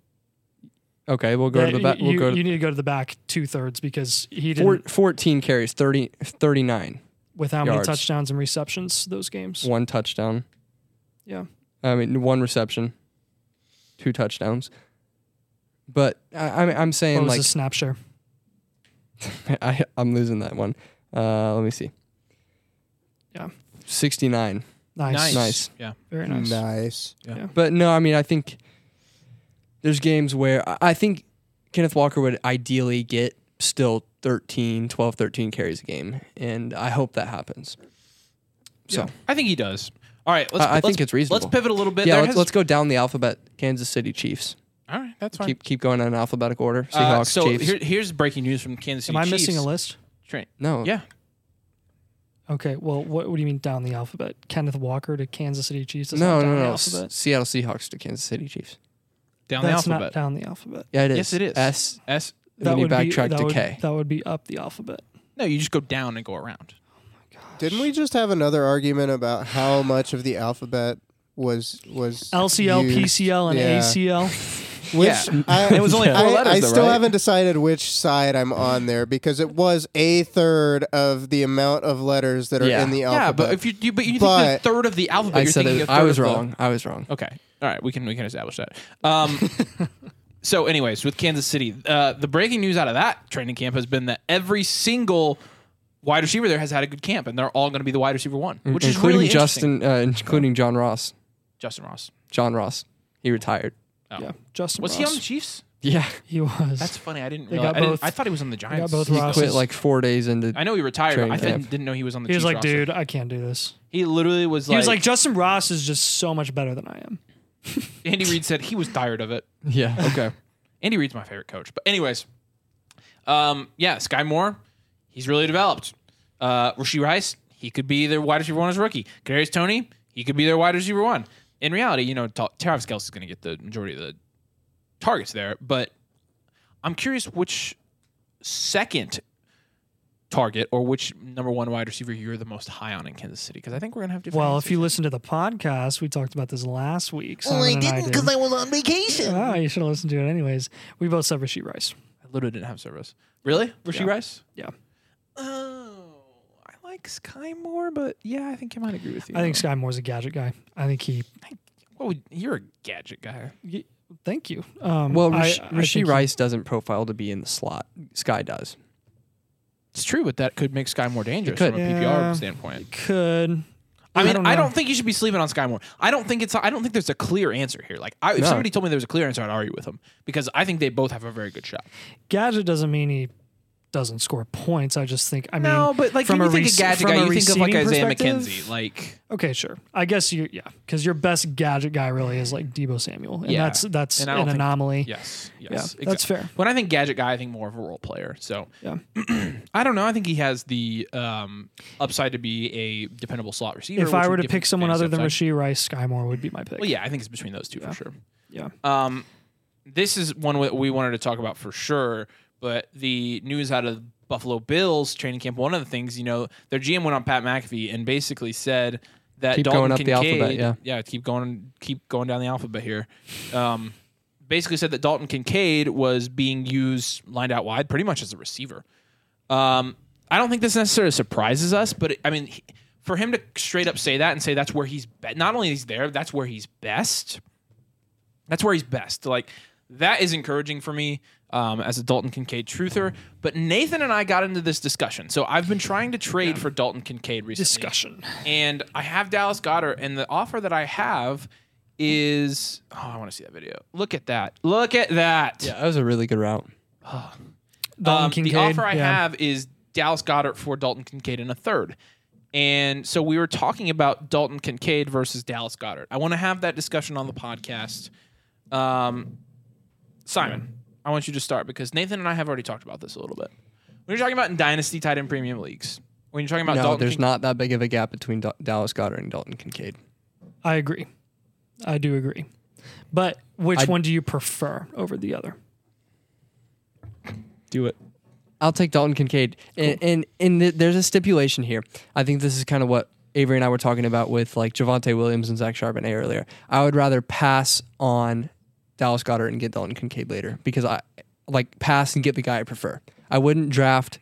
Speaker 4: okay, we'll go to
Speaker 2: Yeah,
Speaker 4: the back.
Speaker 2: you,
Speaker 4: We'll go
Speaker 2: you
Speaker 4: to
Speaker 2: need to go to the back two thirds because he didn't.
Speaker 4: four, 14 carries, 30, 39,
Speaker 2: with how many
Speaker 4: yards.
Speaker 2: touchdowns and receptions those games?
Speaker 4: one touchdown.
Speaker 2: Yeah.
Speaker 4: I mean, one reception, two touchdowns. But I, I'm, I'm
Speaker 2: What
Speaker 4: saying
Speaker 2: was
Speaker 4: like
Speaker 2: his snap share?
Speaker 4: I, I'm losing that one. Uh, let me see.
Speaker 2: Yeah.
Speaker 4: 69.
Speaker 2: Nice.
Speaker 1: Nice.
Speaker 4: Nice.
Speaker 1: Yeah.
Speaker 2: Very nice.
Speaker 3: Nice.
Speaker 4: But no, I mean, I think there's games where I- I think Kenneth Walker would ideally get still 13, 12, 13 carries a game. And I hope that happens. So
Speaker 1: I think he does. All right, let's,
Speaker 4: I- I
Speaker 1: let's-
Speaker 4: think it's reasonable.
Speaker 1: Let's pivot a little bit.
Speaker 4: yeah,
Speaker 1: There
Speaker 4: let's,
Speaker 1: has-
Speaker 4: let's go down the alphabet. Kansas City Chiefs.
Speaker 1: All right, that's fine.
Speaker 4: Keep keep going in alphabetical order. Seahawks,
Speaker 1: Uh, so
Speaker 4: Chiefs.
Speaker 1: here- here's breaking news from Kansas City
Speaker 2: Am I
Speaker 1: Chiefs.
Speaker 2: missing a list?
Speaker 1: Trent.
Speaker 4: no.
Speaker 1: Yeah,
Speaker 2: Okay. Well, what, what do you mean down the alphabet? Kenneth Walker to Kansas City Chiefs. That's
Speaker 4: No,
Speaker 2: not
Speaker 4: no,
Speaker 2: down the
Speaker 4: no.
Speaker 2: alphabet.
Speaker 4: S- Seattle Seahawks to Kansas City Chiefs.
Speaker 1: down
Speaker 2: That's
Speaker 1: the
Speaker 2: not
Speaker 1: alphabet.
Speaker 2: down the alphabet.
Speaker 4: Yeah, it is.
Speaker 1: Yes, it is.
Speaker 4: S.
Speaker 1: S.
Speaker 4: And then you backtrack
Speaker 2: that
Speaker 4: to
Speaker 2: would,
Speaker 4: K.
Speaker 2: That would be up the alphabet.
Speaker 1: No, you just go down and go around.
Speaker 3: Didn't we just have another argument about how much of the alphabet was was
Speaker 2: LCL,
Speaker 3: used?
Speaker 2: PCL, and
Speaker 3: Yeah.
Speaker 2: ACL.
Speaker 3: Which
Speaker 1: Yeah.
Speaker 3: I,
Speaker 1: It was only four
Speaker 3: I,
Speaker 4: letters,
Speaker 3: I
Speaker 4: though,
Speaker 3: still
Speaker 4: right?
Speaker 3: haven't decided which side I'm on there because it was a third of the amount of letters that are
Speaker 4: Yeah.
Speaker 3: in the
Speaker 1: Yeah,
Speaker 3: alphabet.
Speaker 1: but if you, you but you
Speaker 3: But-
Speaker 1: think the third of the alphabet,
Speaker 4: I
Speaker 1: you're
Speaker 4: said
Speaker 1: thinking
Speaker 4: it.
Speaker 1: a
Speaker 4: I
Speaker 1: third
Speaker 4: was
Speaker 1: of the-
Speaker 4: wrong. I was wrong.
Speaker 1: Okay. All right. We can we can establish that. Um, so, anyways, with Kansas City, uh, the breaking news out of that training camp has been that every single wide receiver there has had a good camp, and they're all going to be the wide receiver one,
Speaker 4: Mm-hmm.
Speaker 1: which is
Speaker 4: including
Speaker 1: really interesting.
Speaker 4: Justin, uh, including John Ross.
Speaker 1: Justin Ross.
Speaker 4: John Ross. He retired.
Speaker 1: Oh.
Speaker 2: Yeah, Justin
Speaker 1: Was he
Speaker 2: Ross.
Speaker 1: on the Chiefs?
Speaker 4: Yeah.
Speaker 2: He was.
Speaker 1: That's funny. I didn't.
Speaker 2: They
Speaker 1: Realize.
Speaker 2: got
Speaker 1: I, didn't-
Speaker 2: both-
Speaker 1: I thought he was on the
Speaker 2: got
Speaker 1: Giants.
Speaker 2: both
Speaker 4: He
Speaker 2: Ross
Speaker 4: quit
Speaker 2: is-
Speaker 4: like four days into
Speaker 1: I know he retired. but
Speaker 4: Training
Speaker 1: I didn't,
Speaker 4: camp.
Speaker 1: didn't know he was on the.
Speaker 2: he was
Speaker 1: Chiefs
Speaker 2: like,
Speaker 1: roster.
Speaker 2: dude, I can't do this.
Speaker 1: He literally was like.
Speaker 2: He was like, Justin Ross is just so much better than I am.
Speaker 1: Andy Reid said he was tired of it.
Speaker 4: Yeah. Okay.
Speaker 1: Andy Reid's my favorite coach. But anyways, um, yeah, Sky Moore, he's really developed. Uh, Rasheed Rice, he could be their wide receiver one as a rookie. Kadarius Tony, he could be their wide receiver one. In reality, you know, Ta- Travis Kelsey's going to get the majority of the targets there, but I'm curious which second target or which number one wide receiver you're the most high on in Kansas City because I think we're gonna have different.
Speaker 2: Well,
Speaker 1: answers.
Speaker 2: if you listen to the podcast, we talked about this last week. Simon and did.
Speaker 3: was on vacation.
Speaker 2: Oh, you should have listened to it anyways. We both said Rasheed Rice.
Speaker 1: I literally didn't have service. Really, Rasheed
Speaker 2: Yeah.
Speaker 1: Rice?
Speaker 2: Yeah.
Speaker 1: Oh, I like Sky more, but yeah, I think I might agree with you.
Speaker 2: I think Sky Moore's a gadget guy. I think he.
Speaker 1: Well, you're a gadget guy.
Speaker 2: y- Thank you. Um,
Speaker 4: Well,
Speaker 2: I-
Speaker 4: Rash-
Speaker 2: I think
Speaker 4: Rasheed
Speaker 2: he-
Speaker 4: Rice doesn't profile to be in the slot. Sky does.
Speaker 1: It's true, but that could make Sky more dangerous
Speaker 4: could.
Speaker 1: from a
Speaker 2: Yeah.
Speaker 1: PPR standpoint. I
Speaker 2: could.
Speaker 1: mean, I don't,
Speaker 2: know.
Speaker 1: think you should be sleeping on Sky Moore. I don't think it's. I don't think there's a clear answer here. Like, I, if
Speaker 4: No.
Speaker 1: somebody told me there was a clear answer, I'd argue with them because I think they both have a very good shot.
Speaker 2: gadget doesn't mean he doesn't score points. I just think. I mean,
Speaker 1: no, but like
Speaker 2: from
Speaker 1: when
Speaker 2: a
Speaker 1: you think
Speaker 2: rec-
Speaker 1: of gadget
Speaker 2: from
Speaker 1: guy,
Speaker 2: a
Speaker 1: you think of like
Speaker 2: receiving
Speaker 1: Isaiah
Speaker 2: perspective,
Speaker 1: McKenzie. Like,
Speaker 2: Okay, sure. I guess you, yeah, because your best gadget guy really is like Debo Samuel, and
Speaker 1: Yeah.
Speaker 2: that's that's
Speaker 1: And I
Speaker 2: an
Speaker 1: don't think-
Speaker 2: anomaly.
Speaker 1: yes, yes,
Speaker 2: yeah,
Speaker 1: exactly.
Speaker 2: that's fair.
Speaker 1: When I think gadget guy, I think more of a role player. So,
Speaker 2: Yeah.
Speaker 1: I don't know. I think he has the um, upside to be a dependable slot receiver.
Speaker 2: If I
Speaker 1: which
Speaker 2: were
Speaker 1: would
Speaker 2: to
Speaker 1: give
Speaker 2: pick
Speaker 1: him
Speaker 2: someone other
Speaker 1: fantasy upside.
Speaker 2: than Rasheed Rice, Skymore would be my pick.
Speaker 1: Well, yeah, I think it's between those two
Speaker 2: Yeah.
Speaker 1: for sure.
Speaker 2: yeah.
Speaker 1: Um, this is one that we wanted to talk about for sure, but the news out of Buffalo Bills training camp, one of the things, you know, their GM went on Pat McAfee and basically said that
Speaker 4: Keep
Speaker 1: Dalton
Speaker 4: going up the
Speaker 1: Kincaid,
Speaker 4: alphabet, yeah.
Speaker 1: yeah, keep going, keep going down the alphabet here. Um, basically said that Dalton Kincaid was being used lined out wide, pretty much as a receiver. Um, I don't think this necessarily surprises us, but it, I mean, he- for him to straight up say that and say that's where he's be- not only he's there, that's where he's best. That's where he's best. Like that is encouraging for me um, as a Dalton Kincaid truther. But Nathan and I got into this discussion, so I've been trying to trade for Dalton Kincaid recently.
Speaker 2: Discussion.
Speaker 1: And I have Dallas Goddard, and the offer that I have is oh, I want to see that video. Look at that. Look at that.
Speaker 4: Yeah, that was a really good route.
Speaker 2: Dalton
Speaker 1: Um,
Speaker 2: Kincaid.
Speaker 1: The offer I
Speaker 2: yeah.
Speaker 1: have is Dallas Goddard for Dalton Kincaid in a third. And so we were talking about Dalton Kincaid versus Dallas Goddard. I want to have that discussion on the podcast. Um, Simon, I want you to start because Nathan and I have already talked about this a little bit. When you're talking about in dynasty tight end premium leagues, when you're talking about
Speaker 4: no,
Speaker 1: Dalton
Speaker 4: there's
Speaker 1: Kincaid-
Speaker 4: not that big of a gap between Da- Dallas Goddard and Dalton Kincaid.
Speaker 2: I agree. I do agree. But which
Speaker 4: I-
Speaker 2: one do you prefer over the other?
Speaker 1: do it.
Speaker 4: I'll take Dalton Kincaid. And and, and th- there's a stipulation here. I think this is kind of what Avery and I were talking about with like Javante Williams and Zach Charbonnet earlier. I would rather pass on Dallas Goddard and get Dalton Kincaid later because I like pass and get the guy I prefer. I wouldn't draft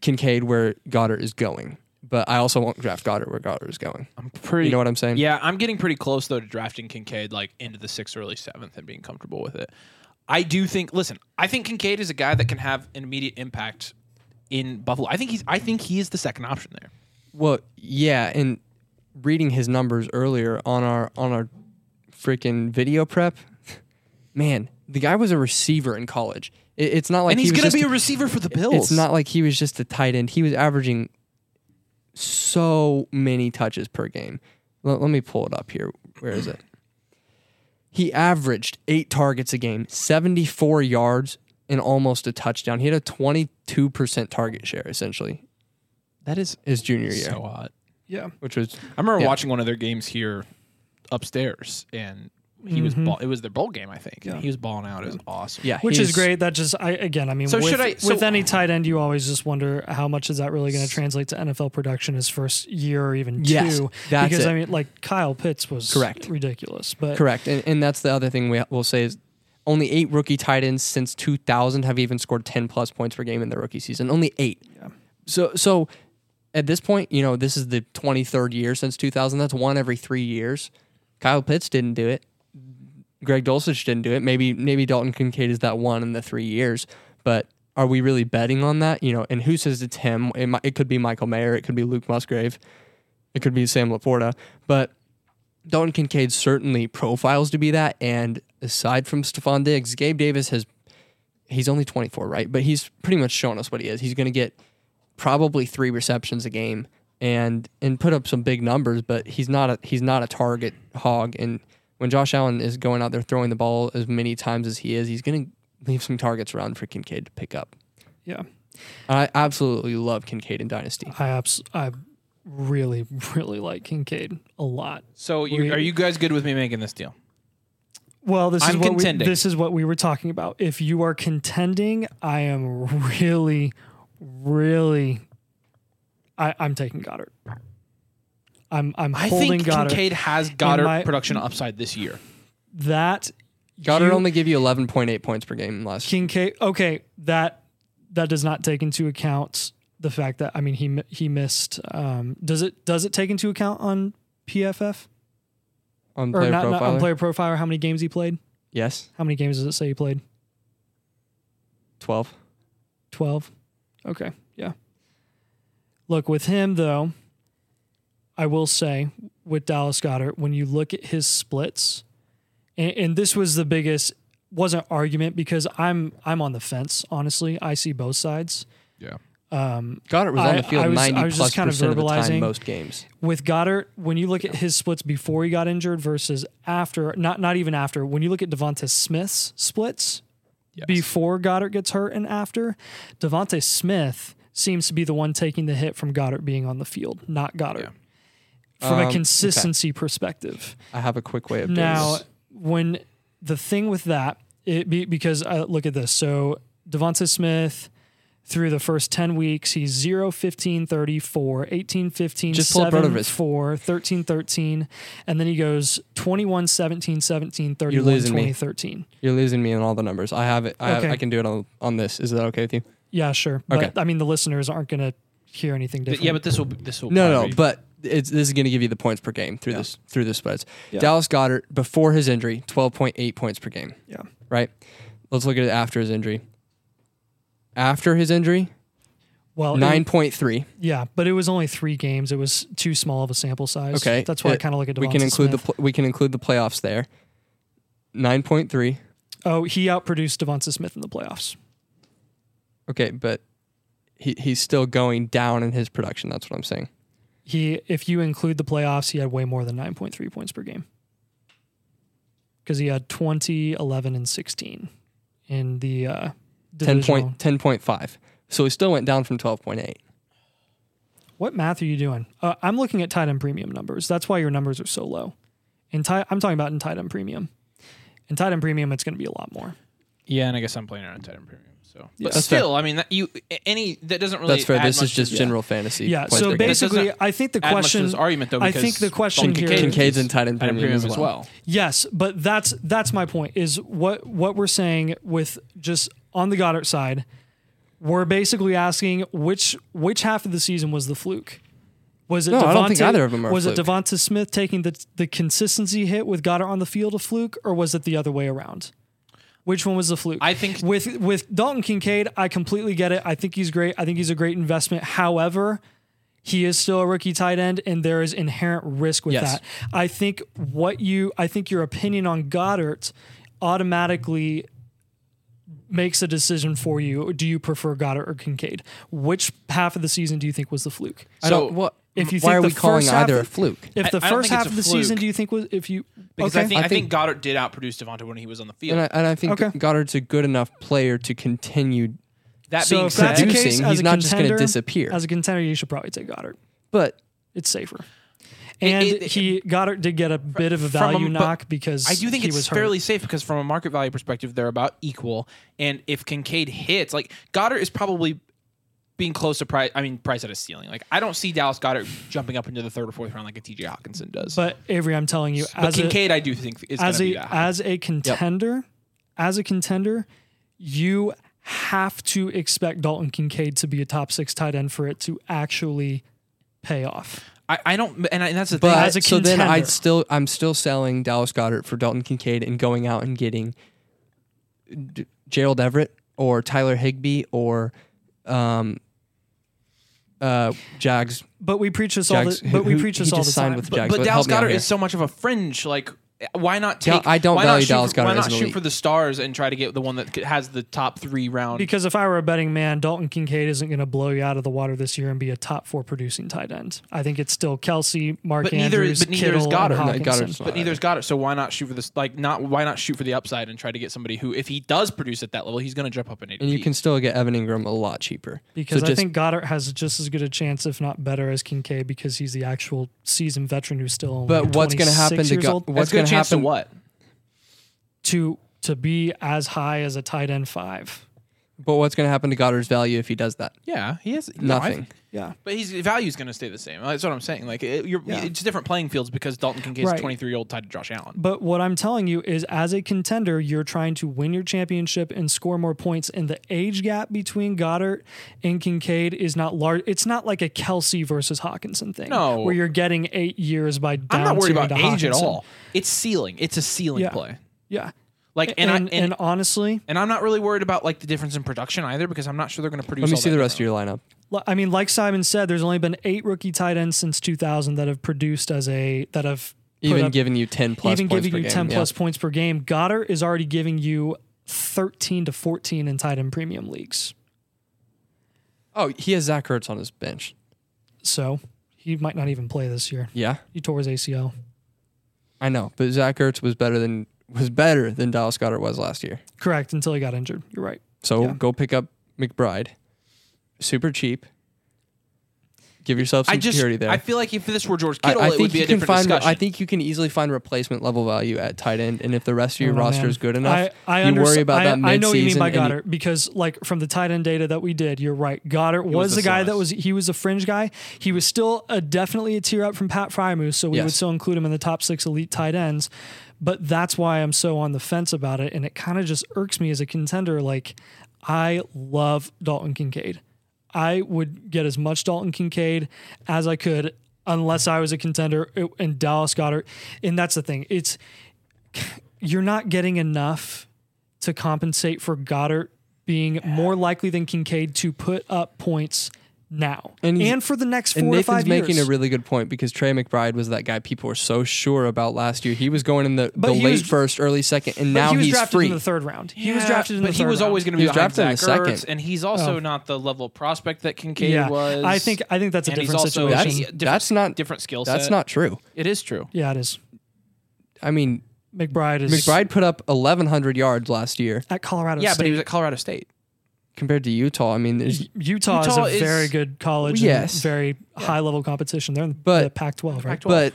Speaker 4: Kincaid where Goddard is going, but I also won't draft Goddard where Goddard is going.
Speaker 1: I'm pretty.
Speaker 4: You know what I'm saying?
Speaker 1: Yeah, I'm getting pretty close though to drafting Kincaid like into the sixth, early seventh, and being comfortable with it. I do think. Listen, I think Kincaid is a guy that can have an immediate impact in Buffalo. I think he's. I think he is the second option there.
Speaker 4: Well, yeah, and reading his numbers earlier on our on our freaking video prep, man, the guy was a receiver in college. It, it's not like
Speaker 1: and he's
Speaker 4: he was
Speaker 1: going to
Speaker 4: just,
Speaker 1: be a receiver for the Bills.
Speaker 4: It's not like he was just a tight end. He was averaging so many touches per game. Let, let me pull it up here. Where is it? He averaged eight targets a game, 74 yards, and almost a touchdown. He had a 22% target share, essentially,
Speaker 1: That is
Speaker 4: his junior year,
Speaker 1: so hot.
Speaker 2: Yeah.
Speaker 4: which was
Speaker 1: I remember
Speaker 4: Yeah.
Speaker 1: watching one of their games here upstairs, and he was.
Speaker 2: Mm-hmm.
Speaker 1: Ball, it was their bowl game, I think. And he was balling out. It was awesome.
Speaker 4: Yeah,
Speaker 2: Which
Speaker 4: he's-
Speaker 2: is great. That just I again, I mean,
Speaker 1: So
Speaker 2: with,
Speaker 1: should I- so-
Speaker 2: with any tight end, you always just wonder how much is that really going to translate to NFL production his first year or even
Speaker 4: Yes,
Speaker 2: two.
Speaker 4: that's
Speaker 2: because
Speaker 4: it.
Speaker 2: I mean, like Kyle Pitts was
Speaker 4: Correct.
Speaker 2: ridiculous, but
Speaker 4: Correct, and, and that's the other thing we will say is only eight rookie tight ends since 2000 have even scored 10 plus points per game in their rookie season. Only eight. So so at this point, you know this is the 23rd year since 2000. That's one every three years. Kyle Pitts didn't do it. Greg Dulcich didn't do it. Maybe maybe Dalton Kincaid is that one in the three years, but. Are we really betting on that? You know, and who says it's him? It, mi- it could be Michael Mayer. It could be Luke Musgrave. It could be Sam Laporta. But Dalton Kincaid certainly profiles to be that. And aside from Stephon Diggs, Gabe Davis has he's only 24, right? But he's pretty much shown us what he is. He's going to get probably three receptions a game and and put up some big numbers, but he's not a he's not a target hog. And when Josh Allen is going out there throwing the ball as many times as he is, he's going to leave some targets around for Kincaid to pick up.
Speaker 2: yeah,
Speaker 4: I absolutely love Kincaid in Dynasty.
Speaker 2: I abs- I really really like Kincaid a lot.
Speaker 1: So you,
Speaker 2: We-
Speaker 1: are you guys good with me making this deal?
Speaker 2: Well, this is
Speaker 1: I'm
Speaker 2: what
Speaker 1: contending.
Speaker 2: we this is what we were talking about. If you are contending, I am really, really, I, I'm taking Goddard. I'm I'm
Speaker 1: I
Speaker 2: holding
Speaker 1: think
Speaker 2: Goddard.
Speaker 1: Kincaid has Goddard
Speaker 2: my-
Speaker 1: production upside this year.
Speaker 2: that
Speaker 4: Goddard
Speaker 2: you-
Speaker 4: only give you 11.8 points per game last year.
Speaker 2: Kincaid. Okay, that that does not take into account the fact that I mean he mi- he missed. Um, does it does it take into account on PFF
Speaker 4: on
Speaker 2: or
Speaker 4: player
Speaker 2: not,
Speaker 4: profile.
Speaker 2: not on player profiler how many games he played?
Speaker 4: yes,
Speaker 2: How many games does it say he played?
Speaker 4: 12.
Speaker 2: 12. Okay. Yeah. Look, with him, though, I will say with Dallas Goddard, when you look at his splits, and, and this was the biggest wasn't argument because I'm I'm on the fence, honestly. I see both sides.
Speaker 1: Yeah.
Speaker 4: Goddard was on
Speaker 2: I-
Speaker 4: the field
Speaker 2: I was- I
Speaker 4: 90
Speaker 2: was
Speaker 4: plus
Speaker 2: just kind of
Speaker 4: percent of, the
Speaker 2: verbalizing-
Speaker 4: time most games.
Speaker 2: With Goddard, when you look at his splits before he got injured versus after, not not even after, when you look at Devonta Smith's splits,
Speaker 1: Yes.
Speaker 2: before Goddard gets hurt and after. Devontae Smith seems to be the one taking the hit from Goddard being on the field, not Goddard. From
Speaker 4: Um,
Speaker 2: a
Speaker 4: okay.
Speaker 2: consistency perspective.
Speaker 4: I have a quick way of doing
Speaker 2: Now,
Speaker 4: this.
Speaker 2: when the thing with that, it be, because uh, look at this. So Devonta Smith through the first 10 weeks, he's 0, 15, 34, 18, 15,
Speaker 4: Just pull up
Speaker 2: 7,
Speaker 4: Rotoviz.
Speaker 2: 4, 13, 13. And then he goes 21, 17, 17, 31,
Speaker 4: losing me.
Speaker 2: 20, 13.
Speaker 4: You're losing me on all the numbers. I have it. I, have,
Speaker 2: Okay.
Speaker 4: I can do it on, on this. Is that okay with you?
Speaker 2: Yeah, sure.
Speaker 4: Okay.
Speaker 2: But I mean, the listeners aren't going to hear anything different.
Speaker 1: yeah, but this will this will
Speaker 4: No, no,
Speaker 1: probably-
Speaker 4: but it's, this is going to give you the points per game through
Speaker 1: Yeah.
Speaker 4: this through the spreads.
Speaker 2: Yeah.
Speaker 4: Dallas Goddard before his injury, twelve point eight points per game.
Speaker 2: Yeah.
Speaker 4: right. Let's look at it after his injury. After his injury,
Speaker 2: well,
Speaker 4: nine
Speaker 2: nine.
Speaker 4: point three.
Speaker 2: yeah, but it was only three games. It was too small of a sample size.
Speaker 4: Okay,
Speaker 2: that's why I
Speaker 4: it-
Speaker 2: kind of look at.
Speaker 4: We can
Speaker 2: Devonta
Speaker 4: include
Speaker 2: Smith.
Speaker 4: the pl- we can include the playoffs there. Nine point three.
Speaker 2: Oh, he outproduced Devonta Smith in the playoffs.
Speaker 4: Okay, but he he's still going down in his production. That's what I'm saying.
Speaker 2: He, if you include the playoffs, he had way more than nine point three points per game because he had 20, 11, and sixteen in the uh,
Speaker 4: Ten
Speaker 2: divisional.
Speaker 4: point ten point five. So he still went down from twelve point eight.
Speaker 2: What math are you doing? Uh, I'm looking at tight end premium numbers. That's why your numbers are so low. In tight, I'm talking about in tight end premium. In tight end premium, it's going to be a lot more.
Speaker 1: yeah, and I guess I'm playing around Titan Premium. So, but
Speaker 4: That's
Speaker 1: still, I mean, that you any that doesn't really.
Speaker 4: That's fair.
Speaker 1: add
Speaker 4: This
Speaker 1: much
Speaker 4: is
Speaker 1: to
Speaker 4: just
Speaker 1: this-
Speaker 4: general fantasy.
Speaker 2: Yeah.
Speaker 4: points per
Speaker 2: So
Speaker 4: game.
Speaker 1: doesn't
Speaker 2: basically, I think the
Speaker 1: add much to
Speaker 2: question.
Speaker 1: this argument though.
Speaker 2: I
Speaker 1: because
Speaker 2: think the question
Speaker 1: Dalton
Speaker 2: here-
Speaker 4: Kincaid's
Speaker 1: is
Speaker 4: in Titan
Speaker 1: Titan
Speaker 4: Premium as
Speaker 1: as
Speaker 4: well.
Speaker 1: well.
Speaker 2: Yes, but that's that's my point. Is what what we're saying with just on the Goddard side, we're basically asking which which half of the season was the fluke. Was it
Speaker 4: No,
Speaker 2: Devontae,
Speaker 4: I don't think either of them are a
Speaker 2: Was it
Speaker 4: fluke.
Speaker 2: Devonta Smith taking the the consistency hit with Goddard on the field a fluke, or was it the other way around? Which one was the fluke?
Speaker 1: I think-
Speaker 2: with with Dalton Kincaid, I completely get it. I think he's great. I think he's a great investment. However, he is still a rookie tight end, and there is inherent risk with
Speaker 4: Yes.
Speaker 2: that. I think what you, I think your opinion on Goddard automatically makes a decision for you. Do you prefer Goddard or Kincaid? Which half of the season do you think was the fluke?
Speaker 4: I
Speaker 1: So-
Speaker 4: don't. What?
Speaker 2: If you
Speaker 4: why
Speaker 2: think
Speaker 4: are
Speaker 2: the
Speaker 4: we calling
Speaker 2: first half
Speaker 4: either a
Speaker 2: of-
Speaker 4: fluke?
Speaker 2: If the
Speaker 1: I don't
Speaker 2: first
Speaker 1: think it's
Speaker 2: half
Speaker 1: a
Speaker 2: of the
Speaker 1: fluke.
Speaker 2: season, do you think was if you?
Speaker 1: Because I
Speaker 2: okay.
Speaker 1: think I,
Speaker 4: I
Speaker 1: think,
Speaker 4: think-
Speaker 1: Goddard did outproduce Devonta when he was on the field.
Speaker 4: And I, and I think
Speaker 2: Okay.
Speaker 4: Goddard's a good enough player to continue.
Speaker 1: that
Speaker 2: so
Speaker 1: being
Speaker 2: if that's the
Speaker 1: said,
Speaker 4: producing,
Speaker 2: case, as
Speaker 4: he's
Speaker 2: a
Speaker 4: not just gonna
Speaker 2: contender-
Speaker 4: disappear.
Speaker 2: As a contender, you should probably take Goddard.
Speaker 4: But
Speaker 2: It's safer. And
Speaker 1: it-
Speaker 2: he Goddard did get a bit of a
Speaker 1: from a-
Speaker 2: value
Speaker 1: but
Speaker 2: knock because
Speaker 1: I do think
Speaker 2: he
Speaker 1: it's
Speaker 2: was hurt.
Speaker 1: fairly safe because from a market value perspective, they're about equal. And if Kincaid hits, like Goddard is probably being close to price. I mean, price at a ceiling. Like I don't see Dallas Goddard jumping up into the third or fourth round like a TJ Hawkinson does.
Speaker 2: But Avery, I'm telling you,
Speaker 1: But
Speaker 2: as a,
Speaker 1: Kincaid, I do think is going
Speaker 2: as
Speaker 1: to be
Speaker 2: a
Speaker 1: that high.
Speaker 2: as a contender, as a contender, you have to expect Dalton Kincaid to be a top six tight end for it to actually pay off.
Speaker 1: I, I don't, and, I, and that's the
Speaker 4: but
Speaker 1: thing.
Speaker 2: as a
Speaker 4: so then
Speaker 2: contender.
Speaker 4: I'd still I'm still selling Dallas Goddard for Dalton Kincaid and going out and getting D- Gerald Everett or Tyler Higbee or um uh Jags.
Speaker 2: But we preach this
Speaker 4: Jags-
Speaker 2: all the but we
Speaker 4: who-
Speaker 2: preach
Speaker 4: he
Speaker 2: this all
Speaker 4: just
Speaker 2: the
Speaker 4: signed
Speaker 2: time.
Speaker 4: with
Speaker 2: But-
Speaker 4: Jags.
Speaker 1: But
Speaker 4: help
Speaker 1: Dallas
Speaker 4: me out
Speaker 1: Goddard
Speaker 4: here.
Speaker 1: is so much of a fringe. Like, why not
Speaker 4: Yeah,
Speaker 1: take?
Speaker 4: I don't
Speaker 1: why not
Speaker 4: value
Speaker 1: shoot
Speaker 4: Dallas
Speaker 1: for,
Speaker 4: Goddard
Speaker 1: Why
Speaker 4: as
Speaker 1: not
Speaker 4: an
Speaker 1: shoot
Speaker 4: elite.
Speaker 1: for the stars and try to get the one that has the top three round?
Speaker 2: because if I were a betting man, Dalton Kincaid isn't going to blow you out of the water this year and be a top four producing tight end. I think it's still Kelsey, Mark
Speaker 1: But neither-
Speaker 2: Andrews,
Speaker 1: but neither is
Speaker 2: Kittle, and
Speaker 1: Goddard. No,
Speaker 2: Hawkinson.
Speaker 4: Goddard's
Speaker 1: but neither is Goddard, so why not shoot for this? Like, not why not shoot for the upside and try to get somebody who, if he does produce at that level, he's going to jump up in ADP.
Speaker 4: and you can still get Evan Ingram a lot cheaper
Speaker 2: Because
Speaker 4: So
Speaker 2: I
Speaker 4: just-
Speaker 2: think Goddard has just as good a chance, if not better, as Kincaid because he's the actual seasoned veteran who's still. Only
Speaker 4: But what's
Speaker 2: going to
Speaker 4: happen to
Speaker 2: years
Speaker 4: Go-
Speaker 2: old?
Speaker 4: what's
Speaker 1: That's a good
Speaker 4: gonna
Speaker 1: chance to
Speaker 4: happen-
Speaker 1: what?
Speaker 2: to to be as high as a tight end five.
Speaker 4: But what's going to happen to Goddard's value if he does that?
Speaker 1: Yeah, he has no, I
Speaker 4: Nothing.
Speaker 1: think-
Speaker 2: Yeah.
Speaker 1: but his value is going to stay the same. That's what I'm saying. Like it, you're,
Speaker 2: Yeah.
Speaker 1: it's different playing fields because Dalton Kincaid is
Speaker 2: Right.
Speaker 1: 23 year old tied to Josh Allen.
Speaker 2: But what I'm telling you is, as a contender, you're trying to win your championship and score more points. And the age gap between Goddard and Kincaid is not large. It's not like a Kelsey versus Hawkinson thing,
Speaker 1: No.
Speaker 2: where you're getting eight years by down
Speaker 1: I'm not worried
Speaker 2: tiering
Speaker 1: about
Speaker 2: to
Speaker 1: age at
Speaker 2: Hawkinson.
Speaker 1: all. It's ceiling. It's a ceiling
Speaker 2: Yeah.
Speaker 1: play.
Speaker 2: Yeah,
Speaker 1: Like and
Speaker 2: and
Speaker 1: I,
Speaker 2: and,
Speaker 1: and,
Speaker 2: honestly,
Speaker 1: and I'm not really worried about like the difference in production either because I'm not sure they're going to produce.
Speaker 4: Let me
Speaker 1: all
Speaker 4: see
Speaker 1: that
Speaker 4: the rest
Speaker 1: different.
Speaker 4: of your lineup.
Speaker 2: li- I mean, like Simon said, there's only been eight rookie tight ends since 2000 that have produced as a that have put
Speaker 4: Even
Speaker 2: up-
Speaker 4: giving you ten plus
Speaker 2: even
Speaker 4: points
Speaker 2: giving
Speaker 4: per
Speaker 2: you
Speaker 4: game.
Speaker 2: 10
Speaker 4: yeah.
Speaker 2: plus points per game. Goddard is already giving you 13 to 14 in tight end premium leagues.
Speaker 4: Oh, he has Zach Ertz on his bench.
Speaker 2: So he might not even play this year.
Speaker 4: Yeah,
Speaker 2: He tore his ACL.
Speaker 4: I know. But Zach Ertz was better than was better than Dallas Goddard was last year.
Speaker 2: Correct, until he got injured. You're right.
Speaker 4: So
Speaker 2: Yeah.
Speaker 4: go pick up McBride, super cheap. Give yourself some
Speaker 1: I just
Speaker 4: security there.
Speaker 1: I feel like if this were George
Speaker 4: I-
Speaker 1: Kittle,
Speaker 4: I
Speaker 1: it would be a different
Speaker 4: find.
Speaker 1: discussion.
Speaker 4: I think you can easily find replacement level value at tight end, and if the rest of your
Speaker 2: I don't know,
Speaker 4: roster
Speaker 2: Oh, man.
Speaker 4: is good enough,
Speaker 2: I, I
Speaker 4: you worry
Speaker 2: underst-
Speaker 4: about
Speaker 2: I,
Speaker 4: that midseason.
Speaker 2: I know what you mean by
Speaker 4: and you-
Speaker 2: Goddard because, like, from the tight end data that we did, you're right. Goddard was,
Speaker 1: was
Speaker 2: the,
Speaker 1: the
Speaker 2: guy
Speaker 1: sauce.
Speaker 2: that was he was a fringe guy. He was still a, definitely a tier up from Pat Frymuth, so we
Speaker 4: Yes.
Speaker 2: would still include him in the top six elite tight ends. But that's why I'm so on the fence about it, and it kind of just irks me as a contender. Like, I love Dalton Kincaid. I would get as much Dalton Kincaid as I could, unless I was a contender uh, and Dallas Goddard. And that's the thing. It's you're not getting enough to compensate for Goddard being more likely than Kincaid to put up points now
Speaker 4: And
Speaker 2: and,
Speaker 4: he's-
Speaker 2: for the next four
Speaker 4: And
Speaker 2: to
Speaker 4: Nathan's
Speaker 2: five
Speaker 4: making
Speaker 2: years.
Speaker 4: a really good point because Trey McBride was that guy people were so sure about last year. He was going in the, the
Speaker 2: But
Speaker 4: late
Speaker 2: he was-
Speaker 4: first, early second, and
Speaker 2: But
Speaker 4: now
Speaker 2: he was
Speaker 4: he's
Speaker 2: drafted
Speaker 4: free.
Speaker 2: in the third round. He was
Speaker 1: Yeah,
Speaker 2: drafted in
Speaker 1: but
Speaker 2: the third
Speaker 1: he was
Speaker 2: round.
Speaker 1: always going to be
Speaker 4: He was
Speaker 1: behind
Speaker 4: drafted in
Speaker 1: Zach
Speaker 4: the
Speaker 1: Ertz,
Speaker 4: second.
Speaker 1: and he's also not the level of prospect that Kincaid was.
Speaker 2: Oh. I think I think that's a
Speaker 1: And he's
Speaker 2: different
Speaker 1: also-
Speaker 2: situation.
Speaker 4: that's,
Speaker 1: different-
Speaker 4: that's not
Speaker 1: different skill set.
Speaker 4: that's not true.
Speaker 1: It is true.
Speaker 2: yeah, it is.
Speaker 4: I mean,
Speaker 2: McBride is
Speaker 4: McBride put up 1,100 yards last year
Speaker 2: at Colorado
Speaker 1: yeah, but he
Speaker 2: State.
Speaker 1: was at Colorado State.
Speaker 4: compared to Utah. I mean, there's,
Speaker 2: Utah,
Speaker 1: Utah
Speaker 2: is
Speaker 1: is-
Speaker 2: a very good college. and
Speaker 4: Yes.
Speaker 2: very high level competition. They're in
Speaker 4: But-
Speaker 2: the Pac-12, right?
Speaker 1: Pac-12.
Speaker 4: but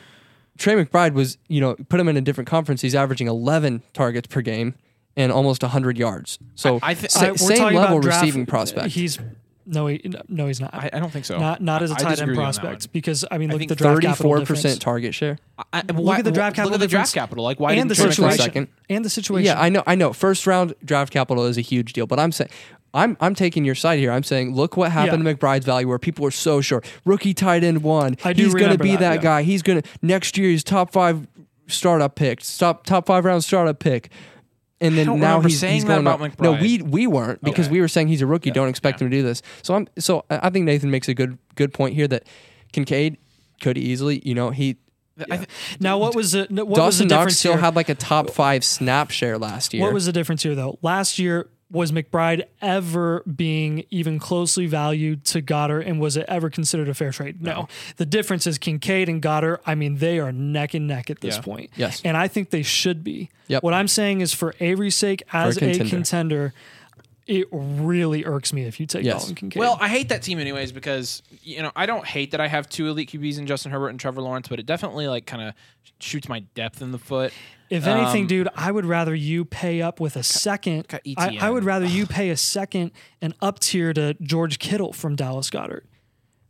Speaker 4: Trey McBride was you know put him in a different conference. He's averaging 11 targets per game and almost 100 yards. So
Speaker 1: I- I thi-
Speaker 4: sa-
Speaker 1: I- we're
Speaker 4: same
Speaker 2: talking about
Speaker 4: level
Speaker 2: draft-
Speaker 4: receiving prospect.
Speaker 2: He's no, he, no, he's not.
Speaker 1: I, I don't think so.
Speaker 2: not not as a
Speaker 1: I
Speaker 2: tight
Speaker 1: disagree with
Speaker 2: end
Speaker 1: you on that
Speaker 2: prospect
Speaker 1: one.
Speaker 2: because I mean
Speaker 1: I
Speaker 2: look
Speaker 1: think
Speaker 2: at the draft capital
Speaker 4: 34%
Speaker 2: difference.
Speaker 4: target share.
Speaker 1: I, I,
Speaker 2: Look at the draft capital
Speaker 1: Look at the draft
Speaker 2: difference.
Speaker 1: capital. Like why
Speaker 2: and the
Speaker 1: didn't Trey McBride-
Speaker 4: situation.
Speaker 2: situation and the situation.
Speaker 4: Yeah, I know. I know. First round draft capital is a huge deal, but I'm saying. I'm, I'm taking your side here. I'm saying, look what happened
Speaker 2: Yeah.
Speaker 4: to McBride's value, where people were so sure. Rookie tight end one.
Speaker 2: I do
Speaker 4: he's going to
Speaker 2: remember
Speaker 4: be that,
Speaker 2: that, yeah.
Speaker 4: guy. He's going to next year. He's top five startup pick. Stop top five round startup pick. And then
Speaker 1: don't
Speaker 4: now
Speaker 1: remember
Speaker 4: he's,
Speaker 1: saying
Speaker 4: he's
Speaker 1: that
Speaker 4: going
Speaker 1: about
Speaker 4: up. No,
Speaker 1: McBride.
Speaker 4: we we weren't because
Speaker 1: Okay.
Speaker 4: we were saying he's a rookie. Don't expect him to do this. So I'm so I I think Nathan makes a good good point here that Kincaid could easily you know he
Speaker 1: I thi-
Speaker 2: now what was the no, what was the
Speaker 4: Dawson Knox
Speaker 2: difference
Speaker 4: still
Speaker 2: here?
Speaker 4: had like a top five snap share last year.
Speaker 2: what was the difference here though? Last year was McBride ever being even closely valued to Goddard and was it ever considered a fair trade? No. The difference is Kincaid and Goddard, I mean, they are neck and neck at this
Speaker 1: Yeah.
Speaker 2: point.
Speaker 4: Yes.
Speaker 2: And I think they should be.
Speaker 4: Yep.
Speaker 2: What I'm saying is for Avery's sake as a
Speaker 4: contender.
Speaker 2: contender, it really irks me if you take
Speaker 4: Yes.
Speaker 2: Dalton Kincaid.
Speaker 1: Well, I hate that team anyways because you know I don't hate that I have two elite QBs in Justin Herbert and Trevor Lawrence, but it definitely like kind of shoots my depth in the foot. Um,
Speaker 2: If anything, dude, I would rather you pay up with a second.
Speaker 1: got
Speaker 2: I, I
Speaker 1: ETN.
Speaker 2: would rather you pay a second and up tier to George Kittle from Dallas Goddard.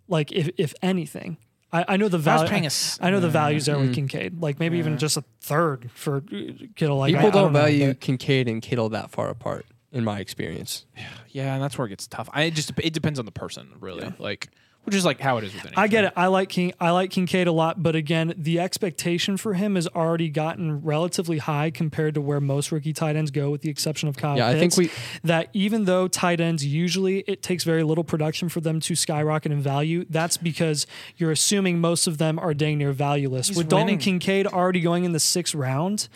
Speaker 2: Like, if if anything, I, I know the
Speaker 1: I was
Speaker 2: value.
Speaker 1: paying a s- Mm.
Speaker 2: I know the values there with Kincaid. Like maybe even just a third for uh, Kittle. Like I-
Speaker 4: People
Speaker 2: I
Speaker 4: don't,
Speaker 2: know,
Speaker 4: value
Speaker 2: but-
Speaker 4: Kincaid and Kittle that far apart, in my experience.
Speaker 1: Yeah, and that's where it gets tough. I it just it depends on the person really, like which is like how it is with.
Speaker 2: I get it. I like King. I like Kincaid a lot, but again, the expectation for him has already gotten relatively high compared to where most rookie tight ends go, with the exception of Kyle.
Speaker 4: Yeah, I think
Speaker 2: Pitts,
Speaker 4: we-
Speaker 2: that even though tight ends usually it takes very little production for them to skyrocket in value. That's because you're assuming most of them are dang near valueless. with
Speaker 1: winning.
Speaker 2: Dalton Kincaid already going in the sixth round,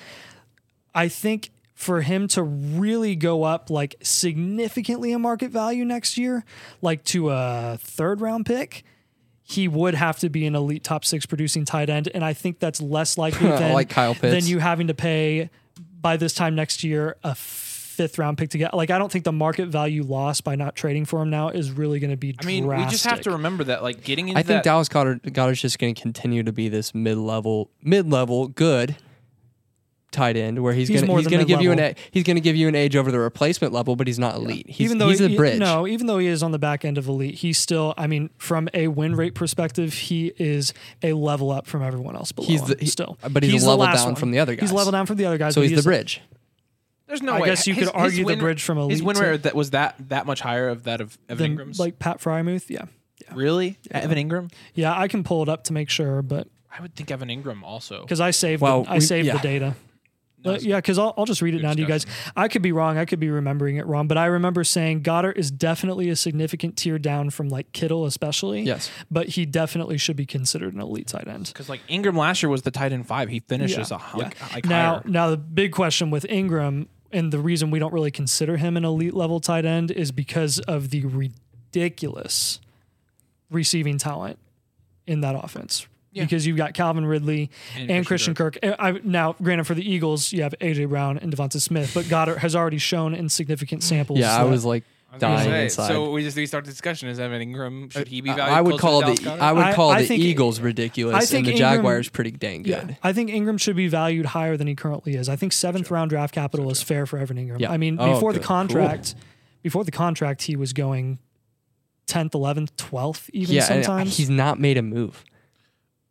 Speaker 2: I think for him to really go up like significantly in market value next year, like to a third round pick, he would have to be an elite top six producing tight end. And I think that's less likely than,
Speaker 4: Like Kyle Pitts.
Speaker 2: than you having to pay by this time next year a fifth round pick to get. Like, I don't think the market value loss by not trading for him now is really going to be
Speaker 1: I mean, we just have to remember that like getting into
Speaker 4: I
Speaker 1: that
Speaker 4: think Dallas Goddard, Goddard's just going to continue to be this mid-level, mid-level good tight end where he's,
Speaker 2: He's
Speaker 4: gonna
Speaker 2: more
Speaker 4: he's
Speaker 2: the
Speaker 4: gonna give you an
Speaker 2: mid-level.
Speaker 4: e- he's gonna give you an edge over the replacement level, but he's not elite. He's,
Speaker 2: even though
Speaker 4: he's
Speaker 2: he,
Speaker 4: a bridge.
Speaker 2: No, even though he is on the back end of elite, he's still. I mean, from a win rate perspective, he is a level up from everyone else below
Speaker 4: He's
Speaker 2: him
Speaker 4: the- he-
Speaker 2: still,
Speaker 4: but he's a
Speaker 2: the
Speaker 4: level
Speaker 2: last
Speaker 4: down
Speaker 2: one.
Speaker 4: from the other
Speaker 2: He's
Speaker 4: guys.
Speaker 2: level down from the other guys.
Speaker 4: so
Speaker 2: but
Speaker 4: he's,
Speaker 2: he is
Speaker 4: the bridge.
Speaker 1: There's no
Speaker 2: I
Speaker 1: way.
Speaker 2: guess you could argue the bridge from
Speaker 1: His
Speaker 2: elite
Speaker 1: win
Speaker 2: to-
Speaker 1: rate that was that that much higher of that of Evan
Speaker 2: Then,
Speaker 1: Ingram's.
Speaker 2: like Pat Frymuth, yeah,
Speaker 1: really, Evan Ingram?
Speaker 2: yeah. I can pull it up to make sure, but
Speaker 1: I would think Evan Ingram also.
Speaker 2: because I saved,
Speaker 4: Well,
Speaker 2: the, I
Speaker 4: we-
Speaker 2: saved
Speaker 4: yeah.
Speaker 2: the data. Uh, yeah, because I'll, I'll just read it now to you guys. I could be wrong. I could be remembering it wrong, but I remember saying Goddard is definitely a significant tier down from like Kittle, especially.
Speaker 4: Yes.
Speaker 2: But he definitely should be considered an elite tight end.
Speaker 1: Because like Ingram last year was the tight end five. He finishes
Speaker 2: Yeah,
Speaker 1: a high, like, like
Speaker 2: now,
Speaker 1: higher.
Speaker 2: now the big question with Ingram and the reason we don't really consider him an elite level tight end is because of the ridiculous receiving talent in that offense.
Speaker 1: Yeah.
Speaker 2: Because you've got Calvin Ridley and,
Speaker 1: And
Speaker 2: Christian
Speaker 1: Christian
Speaker 2: Kirk. And I, now, granted, for the Eagles, you have AJ Brown and Devonta Smith, but Goddard has already shown in significant samples.
Speaker 4: Yeah, I
Speaker 2: that-
Speaker 4: was like
Speaker 1: I was
Speaker 4: dying
Speaker 1: gonna say,
Speaker 4: inside.
Speaker 1: So we just we start the discussion. Is Evan Ingram should he be
Speaker 4: I-
Speaker 1: valued?
Speaker 4: I would
Speaker 1: closer
Speaker 4: call
Speaker 1: to Dallas
Speaker 4: the
Speaker 1: Goedert?
Speaker 4: I would
Speaker 2: I-
Speaker 4: call
Speaker 2: I
Speaker 4: the
Speaker 2: think-
Speaker 4: Eagles ridiculous
Speaker 2: I
Speaker 4: and
Speaker 2: think
Speaker 4: the
Speaker 2: Ingram-
Speaker 4: Jaguars pretty dang good.
Speaker 2: I think Ingram should be valued higher than he currently is. I think seventh round draft capital is fair for Evan Ingram.
Speaker 4: Yeah.
Speaker 2: I mean,
Speaker 4: Oh,
Speaker 2: before the
Speaker 4: good.
Speaker 2: contract, before the contract, he was going tenth, eleventh, twelfth, even
Speaker 4: Yeah, and uh,
Speaker 2: sometimes.
Speaker 4: he's not made a move.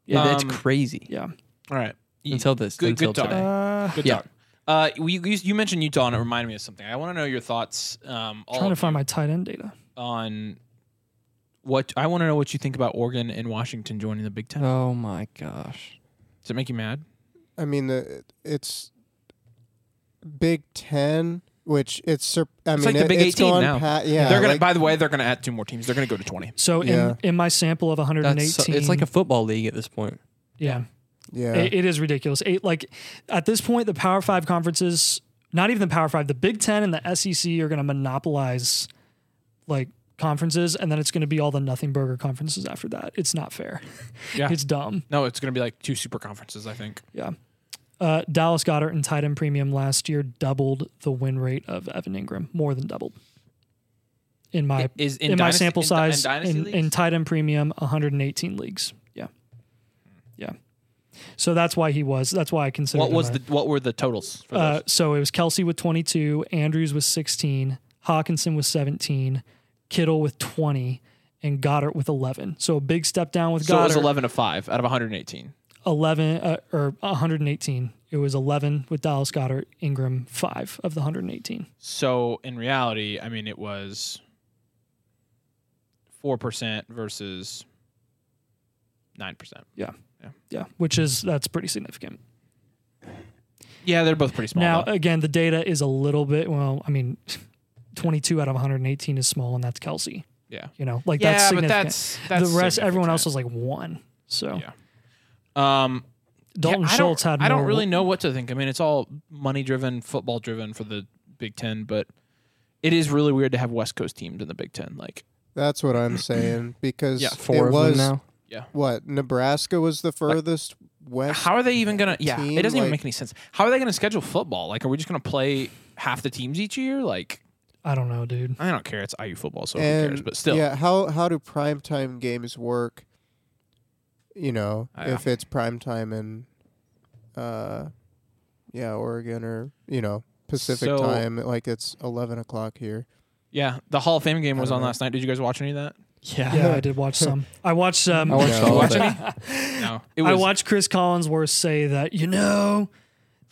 Speaker 4: Yeah, that's
Speaker 1: Um,
Speaker 4: crazy.
Speaker 2: yeah,
Speaker 1: All right. You-
Speaker 4: Until this,
Speaker 1: Good-
Speaker 4: until
Speaker 1: good talk.
Speaker 4: today.
Speaker 1: Good
Speaker 4: yeah.
Speaker 1: talk. Uh, we, you, you mentioned Utah, and it reminded me of something. I want to know your thoughts. Um, all
Speaker 2: trying to
Speaker 1: of
Speaker 2: find
Speaker 1: you,
Speaker 2: my tight end data.
Speaker 1: on what I want to know what you think about Oregon and Washington joining the Big Ten.
Speaker 4: Oh my gosh.
Speaker 1: Does it make you mad?
Speaker 3: I mean, the, it's Big Ten, which it's. Sur- I mean,
Speaker 1: like the
Speaker 3: it-
Speaker 1: Big
Speaker 3: it's
Speaker 1: 18
Speaker 3: gone
Speaker 1: now.
Speaker 3: pa- yeah,
Speaker 1: they're gonna.
Speaker 3: like-
Speaker 1: by the way, they're gonna add two more teams. They're gonna go to twenty.
Speaker 2: So
Speaker 3: Yeah.
Speaker 2: in in my sample of 118,
Speaker 4: That's so- it's like a football league at this point.
Speaker 2: yeah.
Speaker 3: yeah.
Speaker 2: It, it is ridiculous. Eight, like at this point, the Power Five conferences, not even the Power Five, the Big Ten and the SEC are going to monopolize like conferences, and then it's going to be all the nothing burger conferences after that. It's not fair.
Speaker 1: Yeah.
Speaker 2: it's dumb.
Speaker 1: No, it's gonna be like two super conferences. I think.
Speaker 2: Yeah. Uh, Dallas Goddard and tight end premium last year doubled the win rate of Evan Ingram, more than doubled. In my
Speaker 1: Is in,
Speaker 2: in, my
Speaker 1: dynasty-
Speaker 2: sample
Speaker 1: in-
Speaker 2: size
Speaker 1: in, dynasty
Speaker 2: in,
Speaker 1: leagues?
Speaker 2: in tight end premium 118 leagues yeah yeah so that's why he was that's why i consider
Speaker 1: what was
Speaker 2: him
Speaker 1: the what were the totals for
Speaker 2: a- uh,
Speaker 1: those?
Speaker 2: so it was kelsey with 22 andrews with 16 hawkinson with 17 kittle with 20 and goddard with 11 so a big step down with
Speaker 1: So it
Speaker 2: goddard
Speaker 1: was eleven to five out of one hundred eighteen.
Speaker 2: 11 uh, or 118 it was 11 with dallas goddard ingram 5 of the 118
Speaker 1: So in reality, I mean, it was four percent versus nine percent.
Speaker 2: yeah which is that's pretty significant
Speaker 1: Yeah, they're both pretty small.
Speaker 2: Now,
Speaker 1: though.
Speaker 2: again, the data is a little bit, well, I mean, 22 out of 118 is small, and that's Kelsey.
Speaker 1: yeah,
Speaker 2: You know, like
Speaker 1: yeah,
Speaker 2: that's
Speaker 1: but
Speaker 2: significant.
Speaker 1: that's, that's
Speaker 2: the rest, everyone else
Speaker 1: significant.
Speaker 2: was like one. So
Speaker 1: Yeah. Um,
Speaker 2: Dalton
Speaker 1: yeah, I don't-
Speaker 2: Schultz had
Speaker 1: I don't
Speaker 2: more-
Speaker 1: really know what to think. I mean, it's all money driven, football driven for the Big Ten, but it is really weird to have West Coast teams in the Big Ten. Like,
Speaker 3: That's what I'm saying because
Speaker 1: Yeah,
Speaker 4: Four
Speaker 3: it
Speaker 4: of
Speaker 3: was
Speaker 4: them now.
Speaker 3: what Nebraska was the furthest west.
Speaker 1: how are they even gonna? Yeah,
Speaker 3: Team,
Speaker 1: it doesn't even
Speaker 3: like-
Speaker 1: make any sense. How are they gonna schedule football? Like, are we just gonna play half the teams each year? Like,
Speaker 2: I don't know, dude.
Speaker 1: I don't care. It's IU football, so who
Speaker 3: and
Speaker 1: cares? But still,
Speaker 3: yeah, how how do primetime games work? You know,
Speaker 1: I don't-
Speaker 3: if it's primetime in, uh, yeah, Oregon or you know Pacific
Speaker 1: So-
Speaker 3: time, like it's eleven o'clock here.
Speaker 1: yeah. The Hall of Fame game was
Speaker 3: don't
Speaker 1: on
Speaker 3: know.
Speaker 1: last night. Did you guys watch any of that?
Speaker 4: Yeah.
Speaker 2: Yeah, I did watch some. I watched um,
Speaker 4: I watched
Speaker 3: Yeah.
Speaker 4: all of
Speaker 3: Watch
Speaker 4: it.
Speaker 1: No, it
Speaker 2: I
Speaker 1: was.
Speaker 2: watched Chris Collinsworth say that, you know,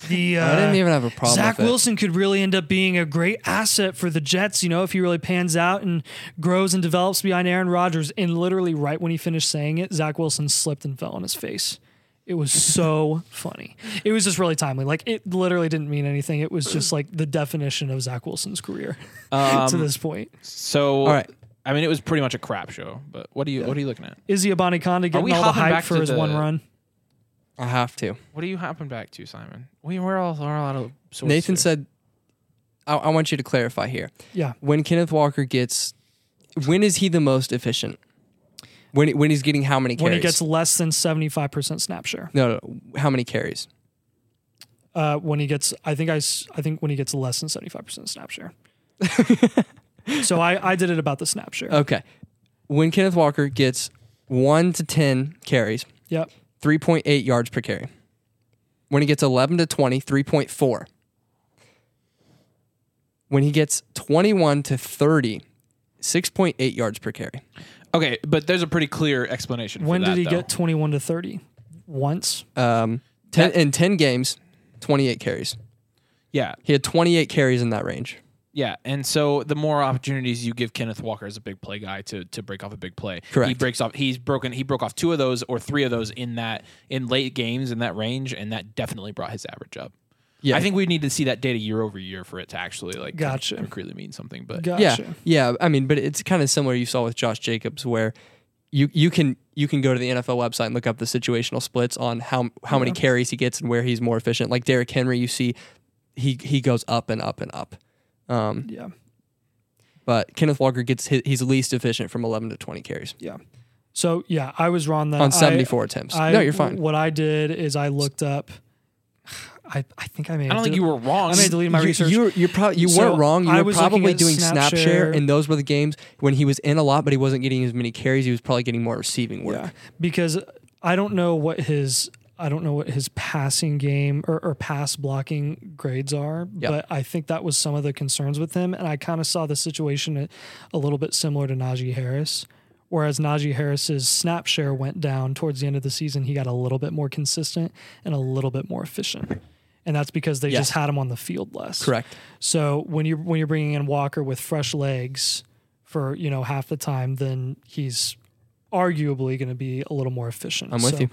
Speaker 2: the uh,
Speaker 4: I didn't even have a problem
Speaker 2: Zach
Speaker 4: with it.
Speaker 2: Wilson could really end up being a great asset for the Jets, you know, if he really pans out and grows and develops behind Aaron Rodgers. And literally, right when he finished saying it, Zach Wilson slipped and fell on his face. It was so funny. It was just really timely. Like, it literally didn't mean anything. It was just like the definition of Zach Wilson's career to
Speaker 1: Um,
Speaker 2: this point.
Speaker 1: so
Speaker 4: All right.
Speaker 1: I mean, it was pretty much a crap show. But what are you? What are you looking at?
Speaker 2: Izzy Abaniconda
Speaker 1: we
Speaker 2: getting all the
Speaker 1: hopping
Speaker 2: hype
Speaker 1: back
Speaker 2: for
Speaker 1: to
Speaker 2: his
Speaker 1: the-
Speaker 2: one run.
Speaker 4: I have to.
Speaker 1: What are you hopping back to, Simon? We we're all we're all out of sorts
Speaker 4: Nathan
Speaker 1: here.
Speaker 4: said, I, I want you to clarify here.
Speaker 2: Yeah.
Speaker 4: When Kenneth Walker gets, when is he the most efficient? When, when he's getting how many carries?
Speaker 2: When he gets less than 75% snap share.
Speaker 4: no, no, how many carries?
Speaker 2: Uh, when he gets, I think I, s- I think when he gets less than 75% snap share. so I, I did it about the snap share.
Speaker 4: Okay. When Kenneth Walker gets one to 10 carries,
Speaker 2: Yep.
Speaker 4: 3.8 yards per carry. When he gets 11 to 20, 3.4. When he gets 21 to 30, 6.8 yards per carry.
Speaker 1: Okay, but there's a pretty clear explanation.
Speaker 2: When
Speaker 1: for that,
Speaker 2: did he
Speaker 1: though.
Speaker 2: get 21 to 30? Once.
Speaker 4: Um, 10,
Speaker 1: That-
Speaker 4: in 10 games, 28 carries.
Speaker 1: Yeah,
Speaker 4: He had 28 carries in that range.
Speaker 1: yeah, and so the more opportunities you give Kenneth Walker as a big play guy to to break off a big play, He
Speaker 4: Correct.
Speaker 1: breaks off. He's broken. He broke off two of those or three of those in that in late games in that range, and that definitely brought his average up.
Speaker 4: Yeah.
Speaker 1: I think we need to see that data year over year for it to actually like
Speaker 2: Gotcha.
Speaker 1: concretely mean something. But
Speaker 2: Gotcha.
Speaker 4: Yeah, yeah. I mean, but it's kind of similar you saw with Josh Jacobs, where you you can you can go to the NFL website and look up the situational splits on how how many carries he gets and where he's more efficient. Like Derrick Henry, you see he he goes up and up and up. Um,
Speaker 2: Yeah.
Speaker 4: but Kenneth Walker gets his, he's least efficient from 11 to 20 carries
Speaker 2: Yeah. So, yeah, I was wrong then.
Speaker 4: on
Speaker 2: Uh, I-
Speaker 4: 74 attempts.
Speaker 2: I-
Speaker 4: no, you're fine.
Speaker 2: What I did is I looked up. I, I think I may.
Speaker 1: I don't think you were wrong.
Speaker 2: I may have deleted my
Speaker 4: you,
Speaker 2: research.
Speaker 4: You, you prob- you
Speaker 2: So
Speaker 4: weren't wrong. You
Speaker 2: I
Speaker 4: were
Speaker 2: was looking
Speaker 4: probably
Speaker 2: at
Speaker 4: doing
Speaker 2: snap
Speaker 4: snap share,
Speaker 2: share.
Speaker 4: and those were the games when he was in a lot, but he wasn't getting as many carries. He was probably getting more receiving work.
Speaker 2: Yeah, because I don't know what his I don't know what his passing game or, or pass blocking grades are,
Speaker 4: Yep.
Speaker 2: but I think that was some of the concerns with him, and I kind of saw the situation a, a little bit similar to Najee Harris. Whereas Najee Harris's snap share went down towards the end of the season, he got a little bit more consistent and a little bit more efficient, and that's because they
Speaker 4: Yes.
Speaker 2: just had him on the field less.
Speaker 4: Correct.
Speaker 2: So when you when you're bringing in Walker with fresh legs for you know half the time, then he's arguably going to be a little more efficient.
Speaker 4: I'm with
Speaker 2: So
Speaker 4: you.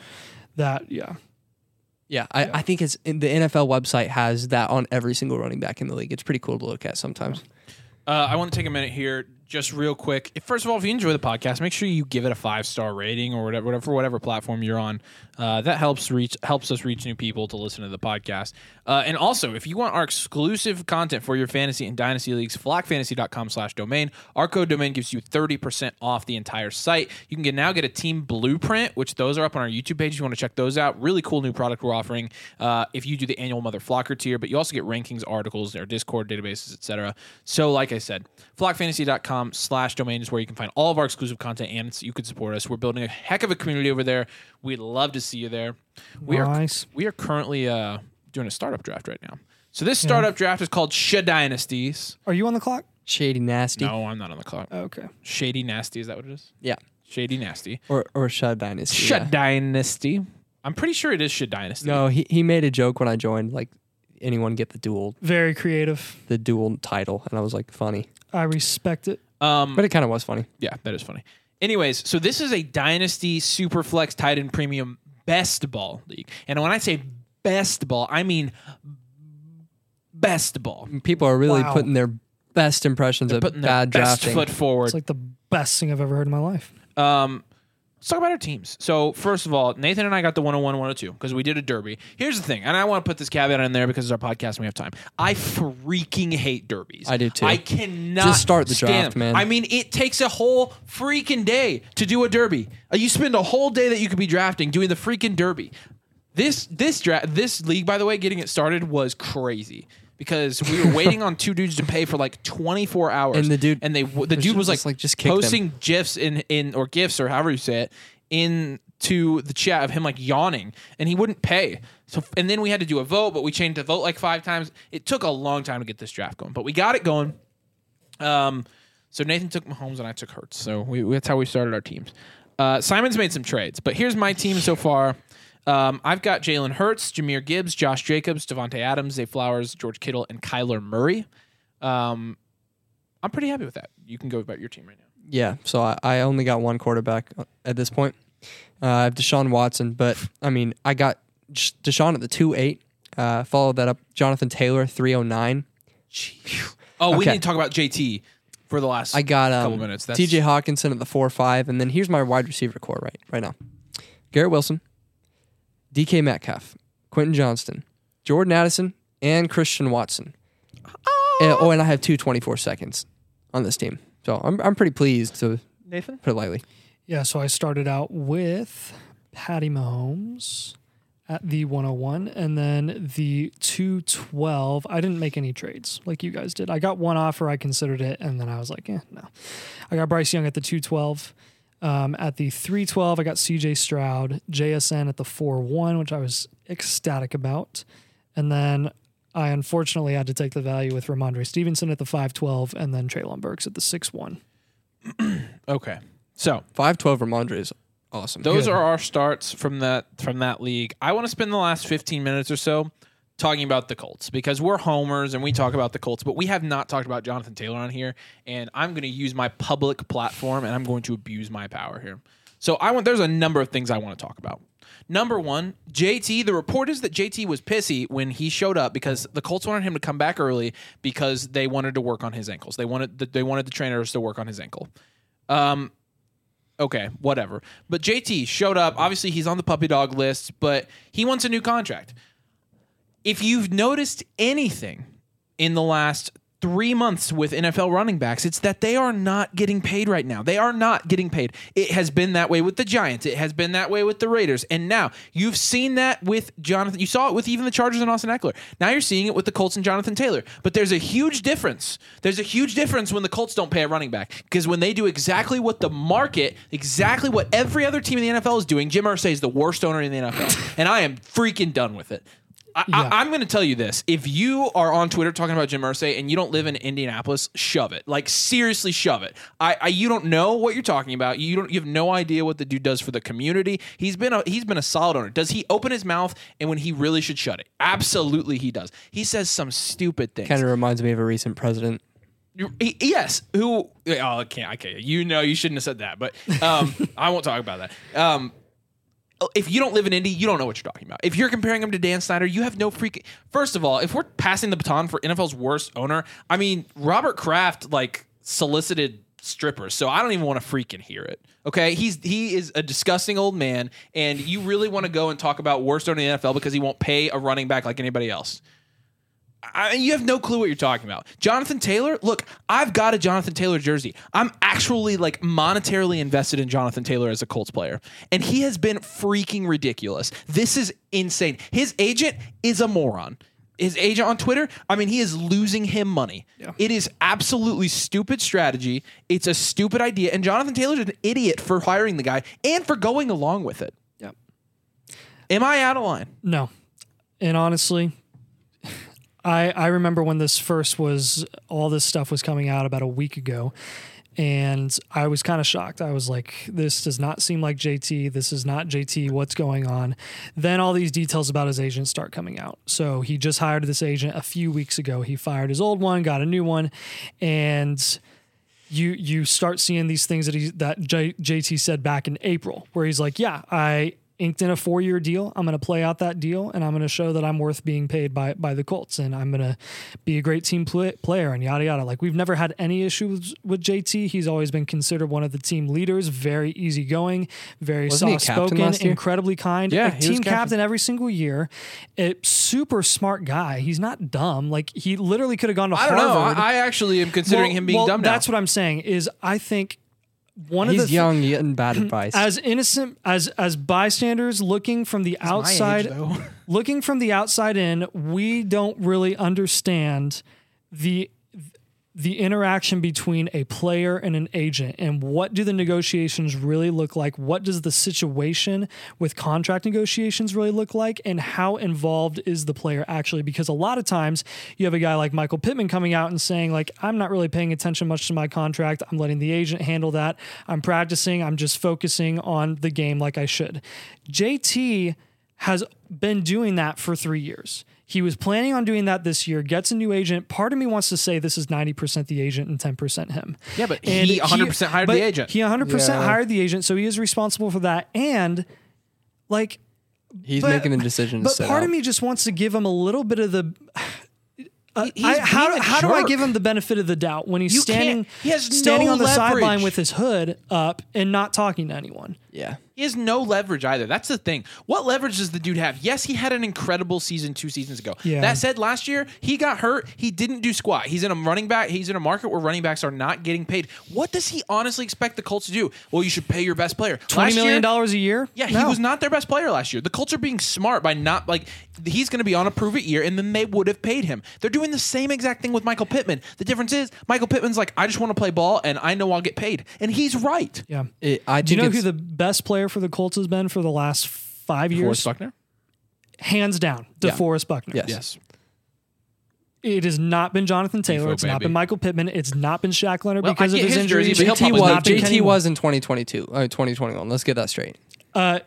Speaker 2: That yeah,
Speaker 4: Yeah, I, I think it's in the NFL website has that on every single running back in the league. It's pretty cool to look at sometimes.
Speaker 1: Uh, I want to take a minute here, just real quick. If- First of all, if you enjoy the podcast, make sure you give it a five star rating or whatever, whatever, whatever platform you're on. Uh, that helps reach helps us reach new people to listen to the podcast. Uh, and also, if you want our exclusive content for your fantasy and dynasty leagues, flockfantasy.com slash domain. Our code domain gives you thirty percent off the entire site. You can get, now get a team blueprint, which those are up on our YouTube page. If you want to check those out, really cool new product we're offering. Uh, if you do the annual Mother Flocker tier, but you also get rankings, articles, our Discord databases, etc. So, like I said, flockfantasy.com slash domain is where you can find all of our exclusive content and it's- you can support us. We're building a heck of a community over there. We'd love to see you there. We
Speaker 2: Nice.
Speaker 1: are we are currently uh, doing a startup draft right now. So this startup draft is called Shed Dynasties.
Speaker 2: are you on the clock?
Speaker 4: Shady nasty.
Speaker 1: No, I'm not on the clock.
Speaker 2: Okay,
Speaker 1: Shady Nasty, is that what it is?
Speaker 4: Yeah.
Speaker 1: Shady Nasty.
Speaker 4: Or or Shud Dynasty.
Speaker 1: Shed
Speaker 4: yeah.
Speaker 1: Dynasty. I'm pretty sure it is Shed Dynasty.
Speaker 4: No, he, he made a joke when I joined, like anyone get the dual
Speaker 2: very creative.
Speaker 4: the dual title. And I was like, funny.
Speaker 2: I respect it.
Speaker 1: Um,
Speaker 4: But it kinda was funny.
Speaker 1: Yeah, that is funny. Anyways, so this is a Dynasty Superflex Tight End Premium Best Ball League. And when I say best ball, I mean best ball.
Speaker 4: People are really
Speaker 2: Wow.
Speaker 4: putting their best impressions of
Speaker 1: Putting their
Speaker 4: bad
Speaker 1: best
Speaker 4: drafting.
Speaker 1: foot forward.
Speaker 2: It's like the best thing I've ever heard in my life.
Speaker 1: Um, let's talk about our teams. So, first of all, Nathan and I got the 101 102 because we did a derby. Here's the thing, and I want to put this caveat in there because it's our podcast and we have time. I freaking hate derbies.
Speaker 4: I do too.
Speaker 1: I cannot
Speaker 4: Just start the
Speaker 1: stand
Speaker 4: draft,
Speaker 1: them.
Speaker 4: man.
Speaker 1: I mean, it takes a whole freaking day to do a derby. Uh, You spend a whole day that you could be drafting doing the freaking derby. This this draft this league, by the way, getting it started was crazy. Because we were waiting on two dudes to pay for like 24 hours,
Speaker 4: And the dude-
Speaker 1: and they the
Speaker 4: was
Speaker 1: dude was like,
Speaker 4: just like, just kick them.
Speaker 1: posting gifs in in or gifs or however you say it into the chat of him like yawning and he wouldn't pay. So and then we had to do a vote, but we changed the vote like five times. It took a long time to get this draft going, but we got it going. Um, so Nathan took Mahomes and I took Hurts. So we, we- that's how we started our teams. Uh, Simon's made some trades, but here's my team so far. Um, I've got Jalen Hurts, Jameer Gibbs, Josh Jacobs, Devontae Adams, Zay Flowers, George Kittle, and Kyler Murray. Um, I'm pretty happy with that. You can go about your team right now.
Speaker 4: Yeah, so I, I only got one quarterback at this point. Uh, I have Deshaun Watson, but I mean, I got Sh- Deshaun at the two eight. Uh, followed that up, Jonathan Taylor three oh nine.
Speaker 1: Oh, we
Speaker 4: Okay.
Speaker 1: need to talk about JT for the last.
Speaker 4: I got um,
Speaker 1: Couple minutes, that's-
Speaker 4: T.J. Hawkinson at the four five, and then here's my wide receiver core right right now: Garrett Wilson, D.K. Metcalf, Quentin Johnston, Jordan Addison, and Christian Watson. And- oh, and I have two 24 seconds on this team, so I'm I'm pretty pleased to
Speaker 1: Nathan.
Speaker 4: put it lightly.
Speaker 2: Yeah, so I started out with Patty Mahomes at the 101 and then the 212. I didn't make any trades like you guys did. I got one offer, I considered it, and then I was like, eh, no. I got Bryce Young at the 212. Um, at the 312, I got CJ Stroud, JSN at the 4 1, which I was ecstatic about. And then I unfortunately had to take the value with Ramondre Stevenson at the 512 and then Traylon Burks at the 6 1.
Speaker 1: Okay. So
Speaker 4: Five twelve Ramondre is awesome.
Speaker 1: those are our starts from that from that league. I want to spend the last 15 minutes or so talking about the Colts because we're homers and we talk about the Colts, but we have not talked about Jonathan Taylor on here. And I'm going to use my public platform and I'm going to abuse my power here. So I want there's a number of things I want to talk about. Number one, JT. The report is that JT was pissy when he showed up because the Colts wanted him to come back early because they wanted to work on his ankles. They wanted the, they wanted the trainers to work on his ankle. Um, okay, whatever. But JT showed up. Obviously, he's on the puppy dog list, but he wants a new contract. If you've noticed anything in the last three months with NFL running backs, it's that they are not getting paid right now. They are not getting paid. It has been that way with the Giants, it has been that way with the Raiders. And now you've seen that with Jonathan. You saw it with even the Chargers and Austin Eckler. Now you're seeing it with the Colts and Jonathan Taylor. But there's a huge difference. There's a huge difference when the Colts don't pay a running back because when they do exactly what the market, exactly what every other team in the NFL is doing, Jim Irsay is the worst owner in the NFL. and I am freaking done with it. I,
Speaker 2: Yeah.
Speaker 1: I, I'm going to tell you this. If you are on Twitter talking about Jim Irsay and you don't live in Indianapolis, shove it. Like seriously, shove it. I, I you don't know what you're talking about. You don't you have no idea what the dude does for the community. He's been a he's been a solid owner. Does he open his mouth and when he really should shut it? Absolutely, he does. He says some stupid things.
Speaker 4: kind of reminds me of a recent president.
Speaker 1: You- he- yes, who? Oh, I can't. I can't. You know, you shouldn't have said that, but um, I won't talk about that. Um, if you don't live in Indy, you don't know what you're talking about. If you're comparing him to Dan Snyder, you have no freaking. First of all, if we're passing the baton for NFL's worst owner, I mean Robert Kraft like solicited strippers, so I don't even want to freaking hear it. Okay, he's he is a disgusting old man, and you really want to go and talk about worst owner in the NFL because he won't pay a running back like anybody else. I mean, you have no clue what you're talking about. Jonathan Taylor, look, I've got a Jonathan Taylor jersey. I'm actually like monetarily invested in Jonathan Taylor as a Colts player, and he has been freaking ridiculous. This is insane. His agent is a moron. His agent on Twitter, I mean, he is losing him money. It is absolutely stupid strategy. It's a stupid idea, and Jonathan Taylor's an idiot for hiring the guy and for going along with it.
Speaker 2: Yep.
Speaker 1: Am I out of line?
Speaker 2: No. And honestly, I I remember when this first was all this stuff was coming out about a week ago and I was kind of shocked. I was like this does not seem like JT. This is not JT. What's going on? Then all these details about his agent start coming out. So he just hired this agent a few weeks ago. He fired his old one, got a new one and you you start seeing these things that he that J, JT said back in April, where he's like, "Yeah, I inked in a four year deal. I'm going to play out that deal, and I'm going to show that I'm worth being paid by by the Colts, and I'm going to be a great team pl- player, and yada yada." Like we've never had any issues with JT. He's always been considered one of the team leaders, very easygoing, very
Speaker 4: Wasn't he
Speaker 2: soft
Speaker 4: captain
Speaker 2: spoken,
Speaker 4: last year?
Speaker 2: incredibly kind.
Speaker 4: Yeah,
Speaker 2: a
Speaker 4: he was
Speaker 2: team
Speaker 4: captain.
Speaker 2: captain every single year. A super smart guy. He's not dumb. Like he literally could have gone to
Speaker 1: I don't
Speaker 2: Harvard.
Speaker 1: know. I, I actually am considering
Speaker 2: Well-
Speaker 1: him being
Speaker 2: well,
Speaker 1: dumb now.
Speaker 2: That's what I'm saying. Is I think one of
Speaker 4: He's
Speaker 2: the thi-
Speaker 4: young, getting bad advice.
Speaker 2: as innocent as as bystanders looking from the outside, looking from the outside in, we don't really understand the the interaction between a player and an agent and what do the negotiations really look like what does the situation with contract negotiations really look like and how involved is the player actually because a lot of times you have a guy like michael pittman coming out and saying like i'm not really paying attention much to my contract i'm letting the agent handle that i'm practicing i'm just focusing on the game like i should jt has been doing that for three years. He was planning on doing that this year, gets a new agent. Part of me wants to say this is 90% the agent and 10% him.
Speaker 1: Yeah, but he 100% hired
Speaker 2: but
Speaker 1: the agent.
Speaker 2: He 100%
Speaker 3: Yeah.
Speaker 2: hired the agent, so he is responsible for that. And like
Speaker 4: He's
Speaker 2: but-
Speaker 4: making the decision. to
Speaker 2: But
Speaker 4: sit
Speaker 2: part
Speaker 4: out.
Speaker 2: of me just wants to give him a little bit of the uh,
Speaker 1: he's
Speaker 2: I, how
Speaker 1: being a
Speaker 2: how do I
Speaker 1: jerk.
Speaker 2: give him the benefit of the doubt when he's
Speaker 1: You can't-
Speaker 2: standing
Speaker 1: he has
Speaker 2: standing
Speaker 1: no
Speaker 2: on the
Speaker 1: leverage.
Speaker 2: sideline with his hood up and not talking to anyone?
Speaker 4: Yeah.
Speaker 1: He has no leverage either. That's the thing. What leverage does the dude have? Yes, he had an incredible season two seasons ago.
Speaker 2: Yeah.
Speaker 1: That said, last year he got hurt. He didn't do squat. He's in a running back. He's in a market where running backs are not getting paid. What does he honestly expect the Colts to do? Well, you should pay your best player.
Speaker 2: Twenty
Speaker 1: Last year-
Speaker 2: million dollars a year.
Speaker 1: Yeah, he
Speaker 2: No.
Speaker 1: was not their best player last year. The Colts are being smart by not like he's going to be on a prove it year, and then they would have paid him. They're doing the same exact thing with Michael Pittman. The difference is Michael Pittman's like, I just want to play ball, and I know I'll get paid, and he's right.
Speaker 2: Yeah.
Speaker 4: It, I
Speaker 2: Do you know
Speaker 4: think
Speaker 2: who
Speaker 4: it's-
Speaker 2: the best player for the Colts has been for the last five years?
Speaker 1: Buckner.
Speaker 2: Hands down, DeForest Buckner.
Speaker 4: Yes.
Speaker 1: Yes.
Speaker 2: It has not been Jonathan Taylor.
Speaker 1: Defo,
Speaker 2: it's not
Speaker 1: baby.
Speaker 2: been Michael Pittman. It's not been Shaq Leonard
Speaker 1: Well, I
Speaker 2: because of
Speaker 1: get
Speaker 2: his,
Speaker 1: his
Speaker 2: injury.
Speaker 1: jersey, but he'll
Speaker 4: JT
Speaker 1: probably
Speaker 4: was
Speaker 1: not
Speaker 2: been
Speaker 4: JT
Speaker 2: Kenny
Speaker 4: was in 2022. Uh, 2021. Let's get that straight.
Speaker 2: Uh,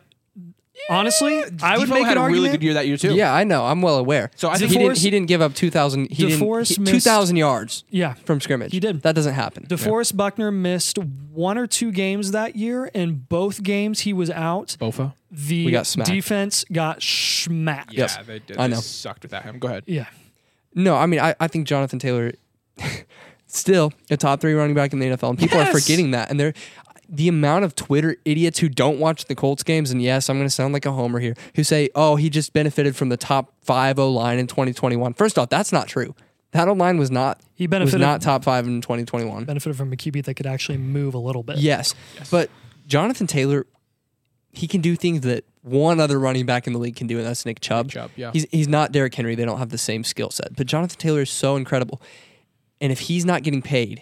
Speaker 2: honestly, I would
Speaker 1: Defoe
Speaker 2: make
Speaker 1: had
Speaker 2: an
Speaker 1: a
Speaker 2: argument.
Speaker 1: really good year that year too.
Speaker 4: Yeah, I know. I'm well aware.
Speaker 1: So I think
Speaker 4: he didn't,
Speaker 2: DeForest-
Speaker 4: he didn't give up 2,000 he didn't,
Speaker 2: DeForest
Speaker 4: he-
Speaker 2: missed-
Speaker 4: 2,000 yards
Speaker 2: yeah.
Speaker 4: from scrimmage.
Speaker 2: He did.
Speaker 4: That doesn't happen.
Speaker 2: DeForest Buckner missed one or two games that year, and both games he was out.
Speaker 1: Bofa.
Speaker 2: The
Speaker 4: We got smacked.
Speaker 2: defense got smacked.
Speaker 4: Yes.
Speaker 1: Yeah, they, did.
Speaker 4: I
Speaker 1: they
Speaker 4: know.
Speaker 1: sucked without him. Go ahead.
Speaker 2: Yeah.
Speaker 4: No, I mean, I, I think Jonathan Taylor still a top three running back in the NFL, and people
Speaker 1: Yes.
Speaker 4: are forgetting that. And they're the amount of Twitter idiots who don't watch the Colts games, and yes, I'm going to sound like a homer here, who say, "Oh, he just benefited from the top five O line in 2021." First off, that's not true. That O line was not
Speaker 2: He benefited-
Speaker 4: was not top five in 2021.
Speaker 2: Benefited from a QB that could actually move a little bit.
Speaker 4: Yes. But Jonathan Taylor, he can do things that one other running back in the league can do, and that's Nick Chubb.
Speaker 1: Chubb, yeah.
Speaker 4: He's, he's not Derrick Henry. They don't have the same skill set. But Jonathan Taylor is so incredible. And if he's not getting paid,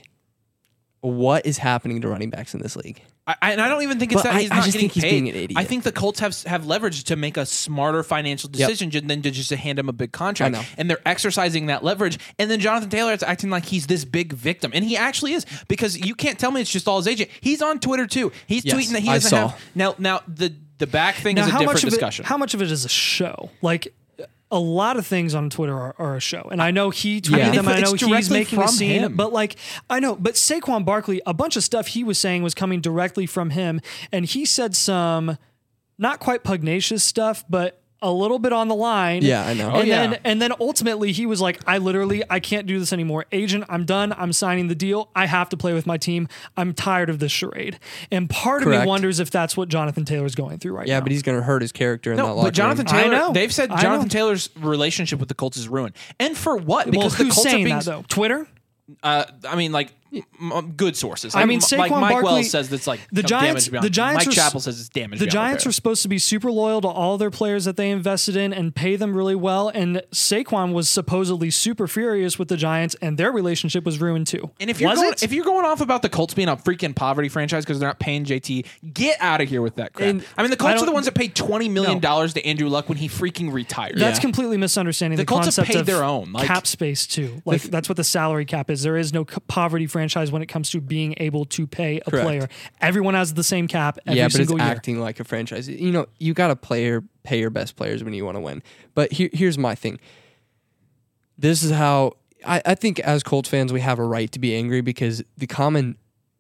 Speaker 4: what is happening to running backs in this league?
Speaker 1: I, I- and I don't even think it's
Speaker 4: But
Speaker 1: that
Speaker 4: I-
Speaker 1: he's
Speaker 4: I
Speaker 1: not
Speaker 4: just
Speaker 1: getting
Speaker 4: think he's
Speaker 1: paid.
Speaker 4: being an idiot.
Speaker 1: I think the Colts have have leverage to make a smarter financial decision than to just hand him a big contract.
Speaker 4: I know.
Speaker 1: And they're exercising that leverage. And then Jonathan Taylor is acting like he's this big victim, and he actually is because you can't tell me it's just all his agent. He's on Twitter too. He's
Speaker 4: Yes,
Speaker 1: tweeting that he
Speaker 4: I
Speaker 1: doesn't
Speaker 4: saw.
Speaker 1: have now. Now the the back thing is a
Speaker 2: how
Speaker 1: different
Speaker 2: much of
Speaker 1: discussion.
Speaker 2: It, how much of it is a show? Like a lot of things on Twitter are, are a show, and I know he tweeted
Speaker 4: I mean,
Speaker 2: them.
Speaker 1: if
Speaker 2: I know
Speaker 1: it's
Speaker 2: he's
Speaker 1: directly
Speaker 2: making a
Speaker 1: from
Speaker 2: scene,
Speaker 1: him.
Speaker 2: but like I know, but Saquon Barkley, a bunch of stuff he was saying was coming directly from him, and he said some not quite pugnacious stuff, but a little bit on the line.
Speaker 4: Yeah, I know.
Speaker 2: And
Speaker 1: yeah.
Speaker 2: then and then ultimately he was like, I literally I can't do this anymore. Agent, I'm done. I'm signing the deal. I have to play with my team. I'm tired of this charade. And part of me
Speaker 4: Correct.
Speaker 2: wonders if that's what Jonathan Taylor's going through right now.
Speaker 4: Yeah, but he's going to hurt his character in that
Speaker 1: No,
Speaker 4: locker
Speaker 1: but Jonathan
Speaker 4: room.
Speaker 2: I
Speaker 1: Taylor.
Speaker 2: know.
Speaker 1: They've said
Speaker 2: I
Speaker 1: Jonathan
Speaker 2: know.
Speaker 1: Taylor's relationship with the Colts is ruined, and for what?
Speaker 2: Well,
Speaker 1: Because the
Speaker 2: who's
Speaker 1: Colts
Speaker 2: saying
Speaker 1: are being.
Speaker 2: that though? Twitter.
Speaker 1: Uh, I mean, like m- m- good sources.
Speaker 2: I
Speaker 1: Like,
Speaker 2: mean,
Speaker 1: m- like
Speaker 2: Saquon
Speaker 1: Mike
Speaker 2: Barkley-
Speaker 1: Wells says that's like
Speaker 2: the
Speaker 1: of
Speaker 2: Giants-
Speaker 1: damage beyond-
Speaker 2: the Giants
Speaker 1: Mike
Speaker 2: are s-
Speaker 1: Chappell says it's damage.
Speaker 2: The
Speaker 1: beyond
Speaker 2: Giants
Speaker 1: repair.
Speaker 2: were supposed to be super loyal to all their players that they invested in and pay them really well. And Saquon was supposedly super furious with the Giants, and their relationship was ruined too.
Speaker 1: And if you're
Speaker 2: was
Speaker 1: going,
Speaker 2: it?
Speaker 1: if you're going off about the Colts being a freaking poverty franchise because they're not paying JT, get out of here with that crap.
Speaker 4: And
Speaker 1: I mean, the Colts are
Speaker 2: don't-
Speaker 1: the ones that paid twenty million
Speaker 2: No.
Speaker 1: dollars to Andrew Luck when he freaking retired.
Speaker 2: that's completely misunderstanding the,
Speaker 1: Colts have
Speaker 2: concept
Speaker 1: paid
Speaker 2: of
Speaker 1: their own, like-
Speaker 2: cap space too. Like that's what the salary cap is. There is no co- poverty franchise when it comes to being able to pay a
Speaker 4: Correct.
Speaker 2: player. Everyone has the same cap every
Speaker 4: yeah, but it's
Speaker 2: single year.
Speaker 4: acting like a franchise. You know, you got to play your pay your best players when you want to win. But here, here's my thing. This is how I, I think as Colts fans we have a right to be angry because the common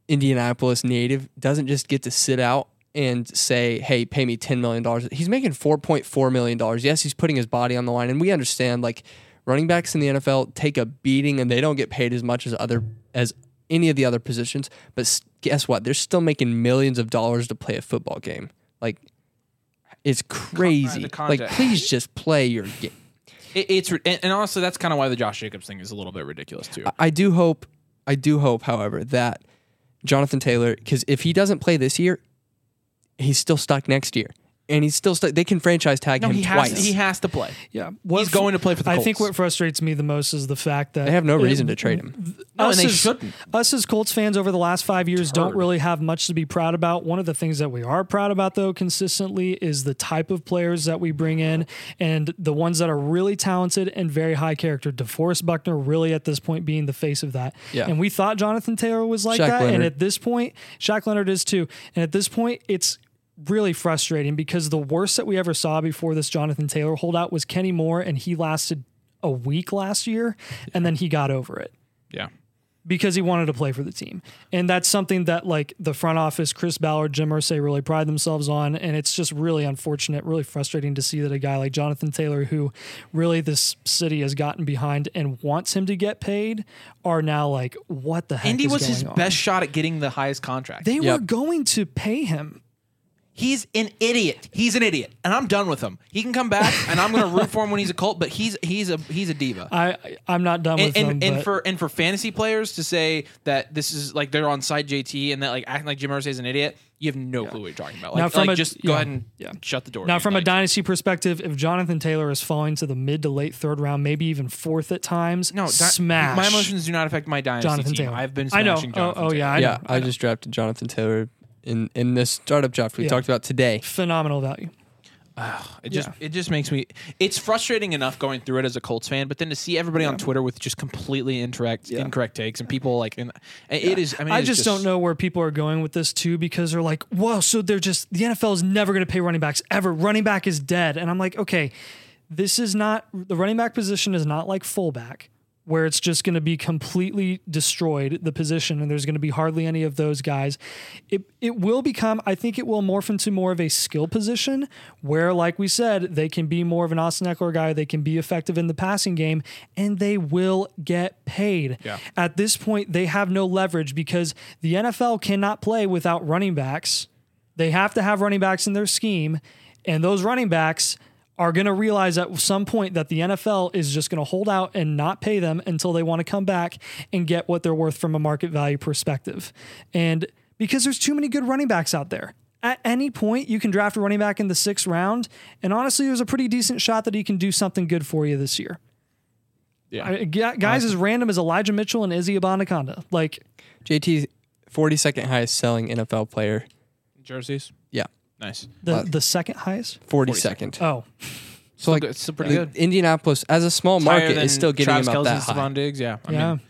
Speaker 4: Indianapolis native doesn't just get to sit out and say, "Hey, pay me ten million dollars." He's making four point four million dollars. Yes, he's putting his body on the line, and we understand like running backs in the NFL take a beating and they don't get paid as much as other as any of the other positions. But s- guess what? They're still making millions of dollars to play a football game. Like it's crazy. like
Speaker 1: context.
Speaker 4: please just play your game.
Speaker 1: It- it's re- and, and honestly, that's kind of why the Josh Jacobs thing is a little bit ridiculous too.
Speaker 2: Uh,
Speaker 4: I do hope, I do hope, however, that Jonathan Taylor, because if he doesn't play this year, he's still stuck next year, and he's still stuck. They can franchise tag
Speaker 1: no,
Speaker 4: him
Speaker 1: he has
Speaker 4: twice.
Speaker 1: he has to play.
Speaker 2: Yeah, what
Speaker 1: He's
Speaker 2: f-
Speaker 1: going to play for the
Speaker 2: I think
Speaker 1: Colts.
Speaker 2: what frustrates me the most is the fact that
Speaker 4: they have no
Speaker 2: it-
Speaker 4: reason to trade him.
Speaker 1: No,
Speaker 2: us
Speaker 1: and they
Speaker 2: as,
Speaker 1: shouldn't.
Speaker 2: Us as Colts fans over the last five years don't really have much to be proud about. One of the things that we are proud about, though, consistently is the type of players that we bring in and the ones that are really talented and very high character. DeForest Buckner, really at this point, being the face of that.
Speaker 4: Yeah.
Speaker 2: And we thought Jonathan Taylor was like
Speaker 4: Shaq
Speaker 2: that. And
Speaker 4: Leonard.
Speaker 2: at this point, Shaq Leonard is too. And at this point, it's really frustrating because the worst that we ever saw before this Jonathan Taylor holdout was Kenny Moore, and he lasted a week last year, and then he got over it
Speaker 1: Yeah,
Speaker 2: because he wanted to play for the team. And that's something that like the front office, Chris Ballard, Jim Irsay really pride themselves on. And it's just really unfortunate, really frustrating to see that a guy like Jonathan Taylor, who really this city has gotten behind and wants him to get paid, are now like, what the heck?
Speaker 1: Indy
Speaker 2: is
Speaker 1: was his
Speaker 2: going on?
Speaker 1: best shot at getting the highest contract.
Speaker 2: They
Speaker 4: Yep.
Speaker 2: were going to pay him.
Speaker 1: He's an idiot. He's an idiot, and I'm done with him. He can come back, and I'm going to root for him when he's a Colt. But he's he's a he's a diva.
Speaker 2: I I- I'm not done
Speaker 1: and,
Speaker 2: with
Speaker 1: and,
Speaker 2: them.
Speaker 1: and
Speaker 2: but
Speaker 1: for and for fantasy players to say that this is like they're on side JT and that like acting like Jim Irsay is an idiot, you have no clue what you're talking about. Like,
Speaker 2: Now, from
Speaker 1: like,
Speaker 2: a-
Speaker 1: just go
Speaker 2: yeah.
Speaker 1: ahead and
Speaker 2: Yeah.
Speaker 1: shut the door.
Speaker 2: now,
Speaker 1: dude.
Speaker 2: from a
Speaker 1: Like,
Speaker 2: dynasty perspective, if Jonathan Taylor is falling to the mid to late third round, maybe even fourth at times,
Speaker 1: no di-
Speaker 2: smash.
Speaker 1: My emotions do not affect my dynasty
Speaker 2: Jonathan
Speaker 1: team.
Speaker 2: Taylor.
Speaker 1: I've been
Speaker 2: I know.
Speaker 1: smashing
Speaker 2: Oh,
Speaker 1: Jonathan
Speaker 2: oh, yeah,
Speaker 1: Taylor.
Speaker 2: I know,
Speaker 4: yeah, I,
Speaker 2: know.
Speaker 4: just drafted Jonathan Taylor in in this startup draft we
Speaker 2: Yeah.
Speaker 4: talked about today.
Speaker 2: phenomenal value.
Speaker 1: It just it just makes me. It's frustrating enough going through it as a Colts fan, but then to see everybody on Twitter with just completely incorrect incorrect takes and people like and and it is. I mean,
Speaker 2: I
Speaker 1: it's
Speaker 2: just, don't know where people are going with this too, because they're like, "Whoa!" So they're just the NFL is never going to pay running backs ever. Running back is dead, and I'm like, okay, this is not the running back position is not like fullback where it's just going to be completely destroyed the position, and there's going to be hardly any of those guys. It it will become, I think, it will morph into more of a skill position where, like we said, they can be more of an Austin Eckler guy. They can be effective in the passing game, and they will get paid.
Speaker 1: Yeah.
Speaker 2: At this point, they have no leverage because the NFL cannot play without running backs. They have to have running backs in their scheme, and those running backs are going to realize at some point that the NFL is just going to hold out and not pay them until they want to come back and get what they're worth from a market value perspective. And because there's too many good running backs out there. At any point, you can draft a running back in the sixth round, and honestly, there's a pretty decent shot that he can do something good for you this year.
Speaker 1: Yeah.
Speaker 2: I- gu- guys as random as Elijah Mitchell and Izzy Abanaconda. Like,
Speaker 4: JT's 42nd highest selling NFL player.
Speaker 1: jerseys.
Speaker 4: Yeah,
Speaker 1: Nice.
Speaker 2: the,
Speaker 4: Wow.
Speaker 2: the second highest?
Speaker 4: 42nd.
Speaker 2: Oh,
Speaker 4: so like
Speaker 1: Good. It's still pretty
Speaker 4: the
Speaker 1: good.
Speaker 4: Indianapolis as a small
Speaker 1: Higher
Speaker 4: market
Speaker 1: than
Speaker 4: is still getting
Speaker 1: Travis
Speaker 4: him up
Speaker 1: Kelce
Speaker 4: that
Speaker 1: and
Speaker 4: high.
Speaker 1: Stephon Diggs. Yeah. I
Speaker 2: yeah.
Speaker 1: mean,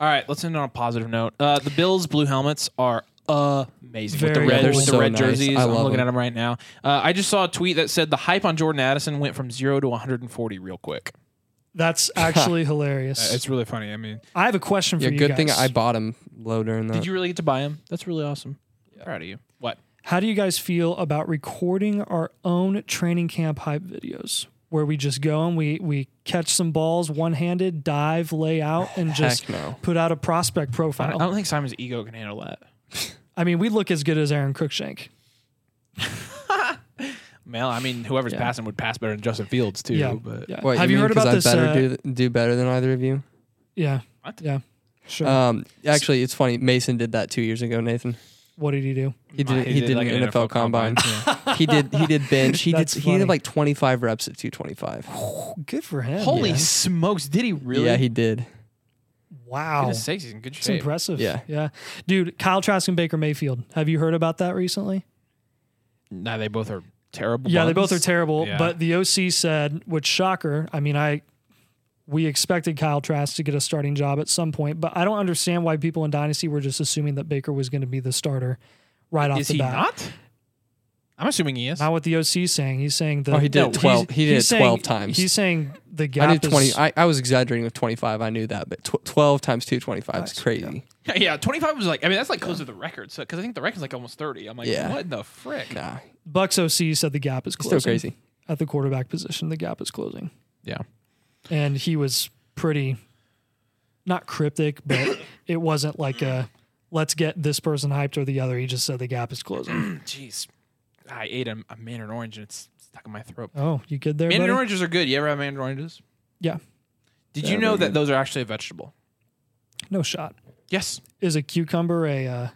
Speaker 1: all right. Let's end on a positive note. Uh, the Bills' blue helmets are amazing with the
Speaker 2: Very
Speaker 1: red,
Speaker 2: cool.
Speaker 1: with the
Speaker 2: They're
Speaker 1: red
Speaker 4: so nice.
Speaker 1: jerseys.
Speaker 4: I
Speaker 1: I'm
Speaker 4: love
Speaker 1: looking at
Speaker 4: them.
Speaker 1: them right now. Uh, I just saw a tweet that said the hype on Jordan Addison went from zero to 140 real quick.
Speaker 2: That's actually
Speaker 1: Uh,
Speaker 2: hilarious.
Speaker 1: It's really funny. I mean,
Speaker 2: I have a question for
Speaker 4: Yeah,
Speaker 2: you
Speaker 4: good
Speaker 2: guys.
Speaker 4: thing I bought him low during that.
Speaker 1: did you really get to buy him? That's really awesome. Proud of you. What?
Speaker 2: How do you guys feel about recording our own training camp hype videos where we just go and we we catch some balls one-handed, dive, lay out and just
Speaker 4: Heck no.
Speaker 2: put out a prospect
Speaker 1: I
Speaker 2: profile?
Speaker 1: don't think Simon's ego can handle that.
Speaker 2: I mean, we look as good as Aaron Cruikshank.
Speaker 1: Mel, I mean, whoever's passing would pass better than Justin Fields too.
Speaker 2: Yeah.
Speaker 1: But
Speaker 2: yeah.
Speaker 4: What,
Speaker 2: have you,
Speaker 4: mean
Speaker 2: heard
Speaker 4: 'cause
Speaker 2: about
Speaker 4: I
Speaker 2: this
Speaker 4: Better
Speaker 2: uh,
Speaker 4: do, do better than either of you.
Speaker 2: Yeah.
Speaker 1: What?
Speaker 2: Yeah. Sure.
Speaker 4: Um, actually, it's funny. Mason did that two years ago. Nathan,
Speaker 2: what did he do?
Speaker 4: he did he, did,
Speaker 1: like,
Speaker 4: an NFL, combine.
Speaker 1: Yeah.
Speaker 4: he did he did bench. He did
Speaker 2: That's
Speaker 4: he
Speaker 2: funny.
Speaker 4: did like 25 reps at 225.
Speaker 2: Good for him.
Speaker 1: Holy
Speaker 2: yeah.
Speaker 1: smokes! Did he really?
Speaker 4: Yeah, he did.
Speaker 2: wow.
Speaker 1: Goodness sakes, he's in good
Speaker 2: Oh. It's
Speaker 1: shape.
Speaker 2: impressive.
Speaker 4: Yeah.
Speaker 2: Yeah. Dude, Kyle Trask and Baker Mayfield. Have you heard about that recently?
Speaker 1: Nah, they both are terrible.
Speaker 2: Yeah, they
Speaker 1: buns.
Speaker 2: both are terrible.
Speaker 1: Yeah.
Speaker 2: But the OC said, which shocker. I mean, I we expected Kyle Trask to get a starting job at some point, but I don't understand why people in Dynasty were just assuming that Baker was going to be the starter right off
Speaker 1: Is
Speaker 2: the
Speaker 1: he
Speaker 2: bat.
Speaker 1: not? I'm assuming he is.
Speaker 2: Not what the OC's saying. He's saying that
Speaker 4: Oh, he did it 12 he did
Speaker 2: he's
Speaker 4: it
Speaker 2: saying-
Speaker 4: 12 times.
Speaker 2: He's saying the
Speaker 4: I
Speaker 2: gap
Speaker 4: did
Speaker 2: is-
Speaker 4: 20. I, I was exaggerating with 25. I knew that, but tw- 12 times 225 is
Speaker 2: Nice,
Speaker 4: crazy.
Speaker 1: yeah, 25 was like. I mean, that's like close to the record. So because I think the record's like almost 30. I'm like,
Speaker 4: Yeah.
Speaker 1: what in the frick?
Speaker 4: Nah,
Speaker 2: Bucks OC said the gap is
Speaker 4: it's
Speaker 2: closing.
Speaker 4: still crazy.
Speaker 2: At the quarterback position, the gap is closing.
Speaker 1: Yeah.
Speaker 2: and he was pretty not cryptic, but it wasn't like a let's get this person hyped or the other. He just said the gap is closing.
Speaker 1: Jeez, I ate a, a mandarin orange and it's stuck in my throat.
Speaker 2: oh, you good there, buddy?
Speaker 1: Mandarin oranges are good. You ever have mandarin oranges?
Speaker 2: Yeah,
Speaker 1: Did
Speaker 4: Yeah,
Speaker 1: you know
Speaker 4: they're
Speaker 1: that
Speaker 4: good.
Speaker 1: those are actually a vegetable?
Speaker 2: no shot.
Speaker 1: Yes.
Speaker 2: Is a cucumber a uh,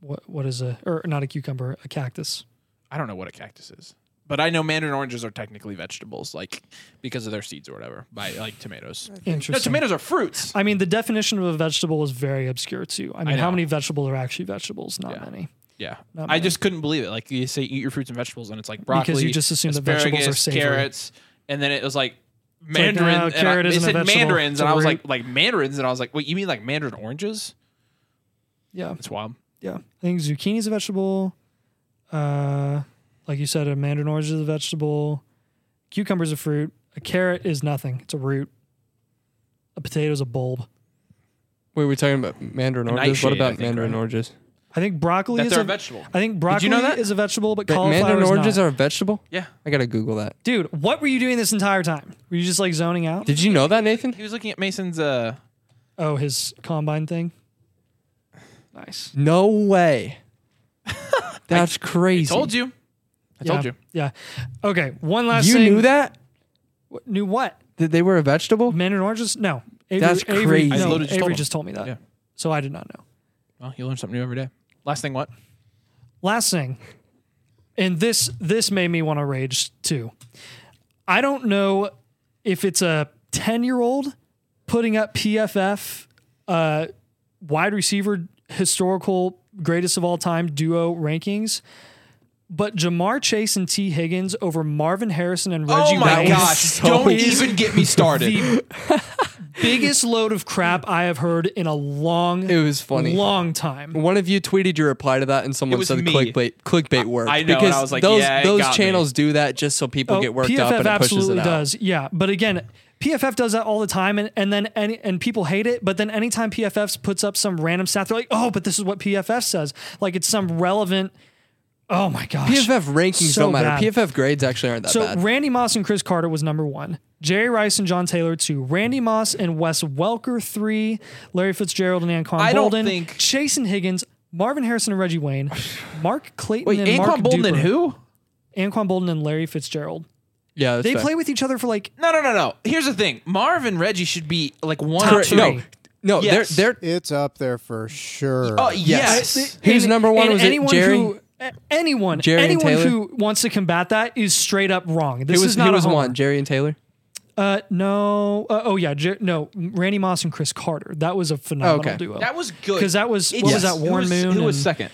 Speaker 2: what? What is a or not a cucumber? A cactus.
Speaker 1: I don't know what a cactus is, but I know mandarin oranges are technically vegetables, like because of their seeds or whatever, by like tomatoes.
Speaker 2: Interesting.
Speaker 1: No, tomatoes are fruits.
Speaker 2: I mean, the definition of a vegetable is very obscure too. I mean, how
Speaker 1: know.
Speaker 2: many vegetables are actually vegetables? Not
Speaker 1: Yeah.
Speaker 2: many.
Speaker 1: Yeah,
Speaker 2: Not
Speaker 1: I
Speaker 2: many.
Speaker 1: just couldn't believe it. Like you say, eat your fruits and vegetables, and it's like broccoli.
Speaker 2: Because you just assume that
Speaker 1: asparagus,
Speaker 2: vegetables are savory.
Speaker 1: carrots, and then it was like
Speaker 2: like,
Speaker 1: mandarin.
Speaker 2: no,
Speaker 1: and I-
Speaker 2: carrot
Speaker 1: they
Speaker 2: isn't
Speaker 1: said
Speaker 2: a vegetable,
Speaker 1: mandarins,
Speaker 2: it's a
Speaker 1: and I was
Speaker 2: root.
Speaker 1: like, like mandarins, and I was like, wait, you mean like mandarin oranges?
Speaker 2: Yeah,
Speaker 1: That's wild.
Speaker 2: yeah. I think zucchini is a vegetable. Uh, like you said, a mandarin orange is a vegetable. Cucumber's a fruit. A carrot is nothing. It's a root. A potato's a bulb.
Speaker 4: Wait, we're talking about mandarin
Speaker 1: An
Speaker 4: oranges. What
Speaker 1: nightshade, I
Speaker 4: about
Speaker 1: think,
Speaker 4: mandarin
Speaker 1: right?
Speaker 4: oranges?
Speaker 2: I think broccoli
Speaker 1: That
Speaker 2: is
Speaker 1: they're
Speaker 2: a
Speaker 1: a vegetable.
Speaker 2: I think broccoli
Speaker 1: you know that?
Speaker 2: is a vegetable, but
Speaker 4: That
Speaker 2: cauliflower
Speaker 4: mandarin
Speaker 2: is
Speaker 4: oranges
Speaker 2: not.
Speaker 4: are a vegetable?
Speaker 1: Yeah,
Speaker 4: I gotta Google that.
Speaker 2: Dude, what were you doing this entire time? Were you just like zoning out?
Speaker 4: Did you know that, Nathan?
Speaker 1: he was looking at Mason's. uh
Speaker 2: oh, his combine thing. Nice.
Speaker 4: No way. That's crazy.
Speaker 1: Told you. I
Speaker 2: yeah,
Speaker 1: told you.
Speaker 2: Yeah. Okay. One last
Speaker 4: You
Speaker 2: thing.
Speaker 4: knew that?
Speaker 2: What- Knew what?
Speaker 4: That they were a vegetable?
Speaker 2: Men and oranges? No. Avery,
Speaker 4: That's
Speaker 2: Avery-
Speaker 4: crazy. I
Speaker 2: no,
Speaker 1: literally just told
Speaker 2: Avery
Speaker 1: him.
Speaker 2: just told me that.
Speaker 1: Yeah.
Speaker 2: So I did not know.
Speaker 1: Well, you learn something new every day. Last thing, what?
Speaker 2: Last thing, and this this made me want to rage too. I don't know if it's a ten year old putting up PFF uh, wide receiver historical greatest of all time duo rankings. But Jamar Chase and T. Higgins over Marvin Harrison and Reggie
Speaker 1: oh my
Speaker 2: Wayne
Speaker 1: gosh!
Speaker 2: is
Speaker 1: Don't even get me started.
Speaker 2: the biggest load of crap I have heard in a long,
Speaker 4: It was funny.
Speaker 2: long time.
Speaker 4: One of you tweeted your reply to that, and someone
Speaker 1: was
Speaker 4: said
Speaker 1: me.
Speaker 4: clickbait. Clickbait worked.
Speaker 1: I know, and
Speaker 4: Because
Speaker 1: I was like,
Speaker 4: those
Speaker 1: yeah, it
Speaker 4: those
Speaker 1: got me.
Speaker 4: channels do that just so people
Speaker 2: Oh,
Speaker 4: get worked
Speaker 2: PFF
Speaker 4: up and it pushes
Speaker 2: absolutely
Speaker 4: it out.
Speaker 2: does. Yeah, but again, PFF does that all the time, and, and then any, and people hate it. But then anytime PFF puts up some random stat, they're like, "Oh, but this is what PFF says." Like it's some relevant. Oh my gosh!
Speaker 4: PFF rankings
Speaker 2: So
Speaker 4: don't matter.
Speaker 2: bad.
Speaker 4: PFF grades actually aren't that
Speaker 2: so
Speaker 4: bad.
Speaker 2: Randy Moss and Chris Carter was number one. Jerry Rice and John Taylor two. Randy Moss and Wes Welker three. Larry Fitzgerald and Anquan
Speaker 1: I don't
Speaker 2: Bolden.
Speaker 1: think-
Speaker 2: Chase and Higgins. Marvin Harrison and Reggie Wayne. Mark Clayton
Speaker 1: Wait,
Speaker 2: and Mark
Speaker 1: Anquan Bolden and
Speaker 2: Duper.
Speaker 1: who?
Speaker 2: Anquan Bolden and Larry Fitzgerald.
Speaker 4: yeah, that's
Speaker 2: They
Speaker 4: fair.
Speaker 2: play with each other for like
Speaker 1: No, no, no, no. Here's the thing: Marv and Reggie should be like one
Speaker 2: Top
Speaker 1: or
Speaker 2: three.
Speaker 1: two.
Speaker 4: No, no,
Speaker 1: Yes.
Speaker 4: they're they're
Speaker 3: It's up there for sure.
Speaker 1: Oh
Speaker 4: Yes.
Speaker 1: yes.
Speaker 4: Who's
Speaker 2: And-
Speaker 4: number one?
Speaker 2: and
Speaker 4: Was it
Speaker 2: anyone
Speaker 4: Jerry?
Speaker 2: Who, a- anyone,
Speaker 4: Jerry and
Speaker 2: anyone
Speaker 4: Taylor?
Speaker 2: who wants to combat that is straight up wrong. This
Speaker 4: who
Speaker 2: is
Speaker 4: was
Speaker 2: not
Speaker 4: who
Speaker 2: a
Speaker 4: was
Speaker 2: homer.
Speaker 4: one? Jerry and Taylor.
Speaker 2: Uh, no. Uh, oh yeah. Jer- no. Randy Moss and Chris Carter. That was a phenomenal
Speaker 4: Okay.
Speaker 2: duo.
Speaker 1: That was good.
Speaker 2: 'Cause that was- what
Speaker 1: It's-
Speaker 2: was that,
Speaker 1: who
Speaker 2: Warren
Speaker 1: was-
Speaker 2: Moon
Speaker 1: Who was
Speaker 2: and-
Speaker 1: second?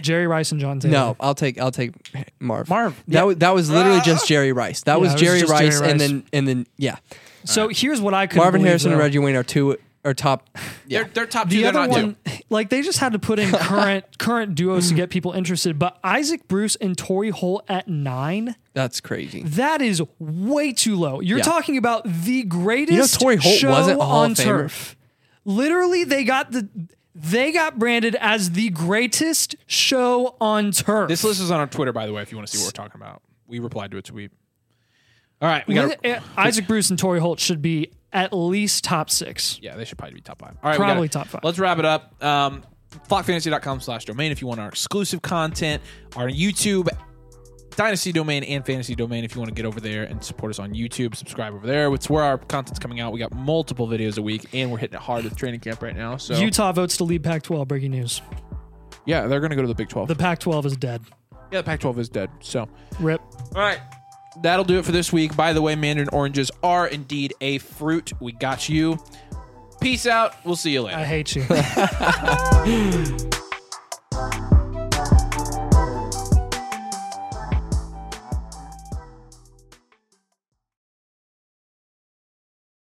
Speaker 2: Jerry Rice and John Taylor.
Speaker 4: No, I'll take I'll take Marv.
Speaker 1: Marv.
Speaker 4: That was that was literally just Jerry Rice. That was
Speaker 2: Ah! it was
Speaker 4: Jerry
Speaker 2: just
Speaker 4: Rice,
Speaker 2: Jerry
Speaker 4: and
Speaker 2: Rice.
Speaker 4: then and then yeah,
Speaker 2: So here's what I could.
Speaker 4: Marvin
Speaker 2: believe,
Speaker 4: Harrison
Speaker 2: though.
Speaker 4: and Reggie Wayne are two are top.
Speaker 1: They're, they're top two.
Speaker 2: The
Speaker 1: they're
Speaker 2: other
Speaker 1: not
Speaker 2: one,
Speaker 1: two.
Speaker 2: like they just had to put in current current duos to get people interested. But Isaac Bruce and Tori Holt at nine,
Speaker 4: That's crazy.
Speaker 2: that is way too low. You're
Speaker 4: Yeah.
Speaker 2: talking about the greatest.
Speaker 4: You know, Torrey Holt
Speaker 2: show
Speaker 4: wasn't a Hall
Speaker 2: on
Speaker 4: of Famer.
Speaker 2: turf. literally they got the they got branded as the greatest show on turf.
Speaker 1: This list is on our Twitter, by the way, if you want to see what we're talking about. We replied to a tweet. All right, we
Speaker 2: Lin-
Speaker 1: got.
Speaker 2: uh, Isaac Bruce and Torrey Holt should be at least top six.
Speaker 1: Yeah, they should probably be top five. All right,
Speaker 2: Probably
Speaker 1: we gotta-
Speaker 2: top five.
Speaker 1: Let's wrap it up. Um, FlockFantasy.com slash domain if you want our exclusive content, our YouTube, Dynasty domain, and Fantasy domain if you want to get over there and support us on YouTube. Subscribe over there. It's where our content's coming out. We got multiple videos a week, and we're hitting it hard with training camp right now. So,
Speaker 2: Utah votes to lead Pac-12. Breaking news:
Speaker 1: yeah, they're going to go to the Big 12.
Speaker 2: the Pac-12 is dead.
Speaker 1: yeah, the Pac 12 is dead. So,
Speaker 2: Rip.
Speaker 1: All right. That'll do it for this week. By the way, mandarin oranges are indeed a fruit. We got you. Peace out. We'll see you later.
Speaker 2: I hate you.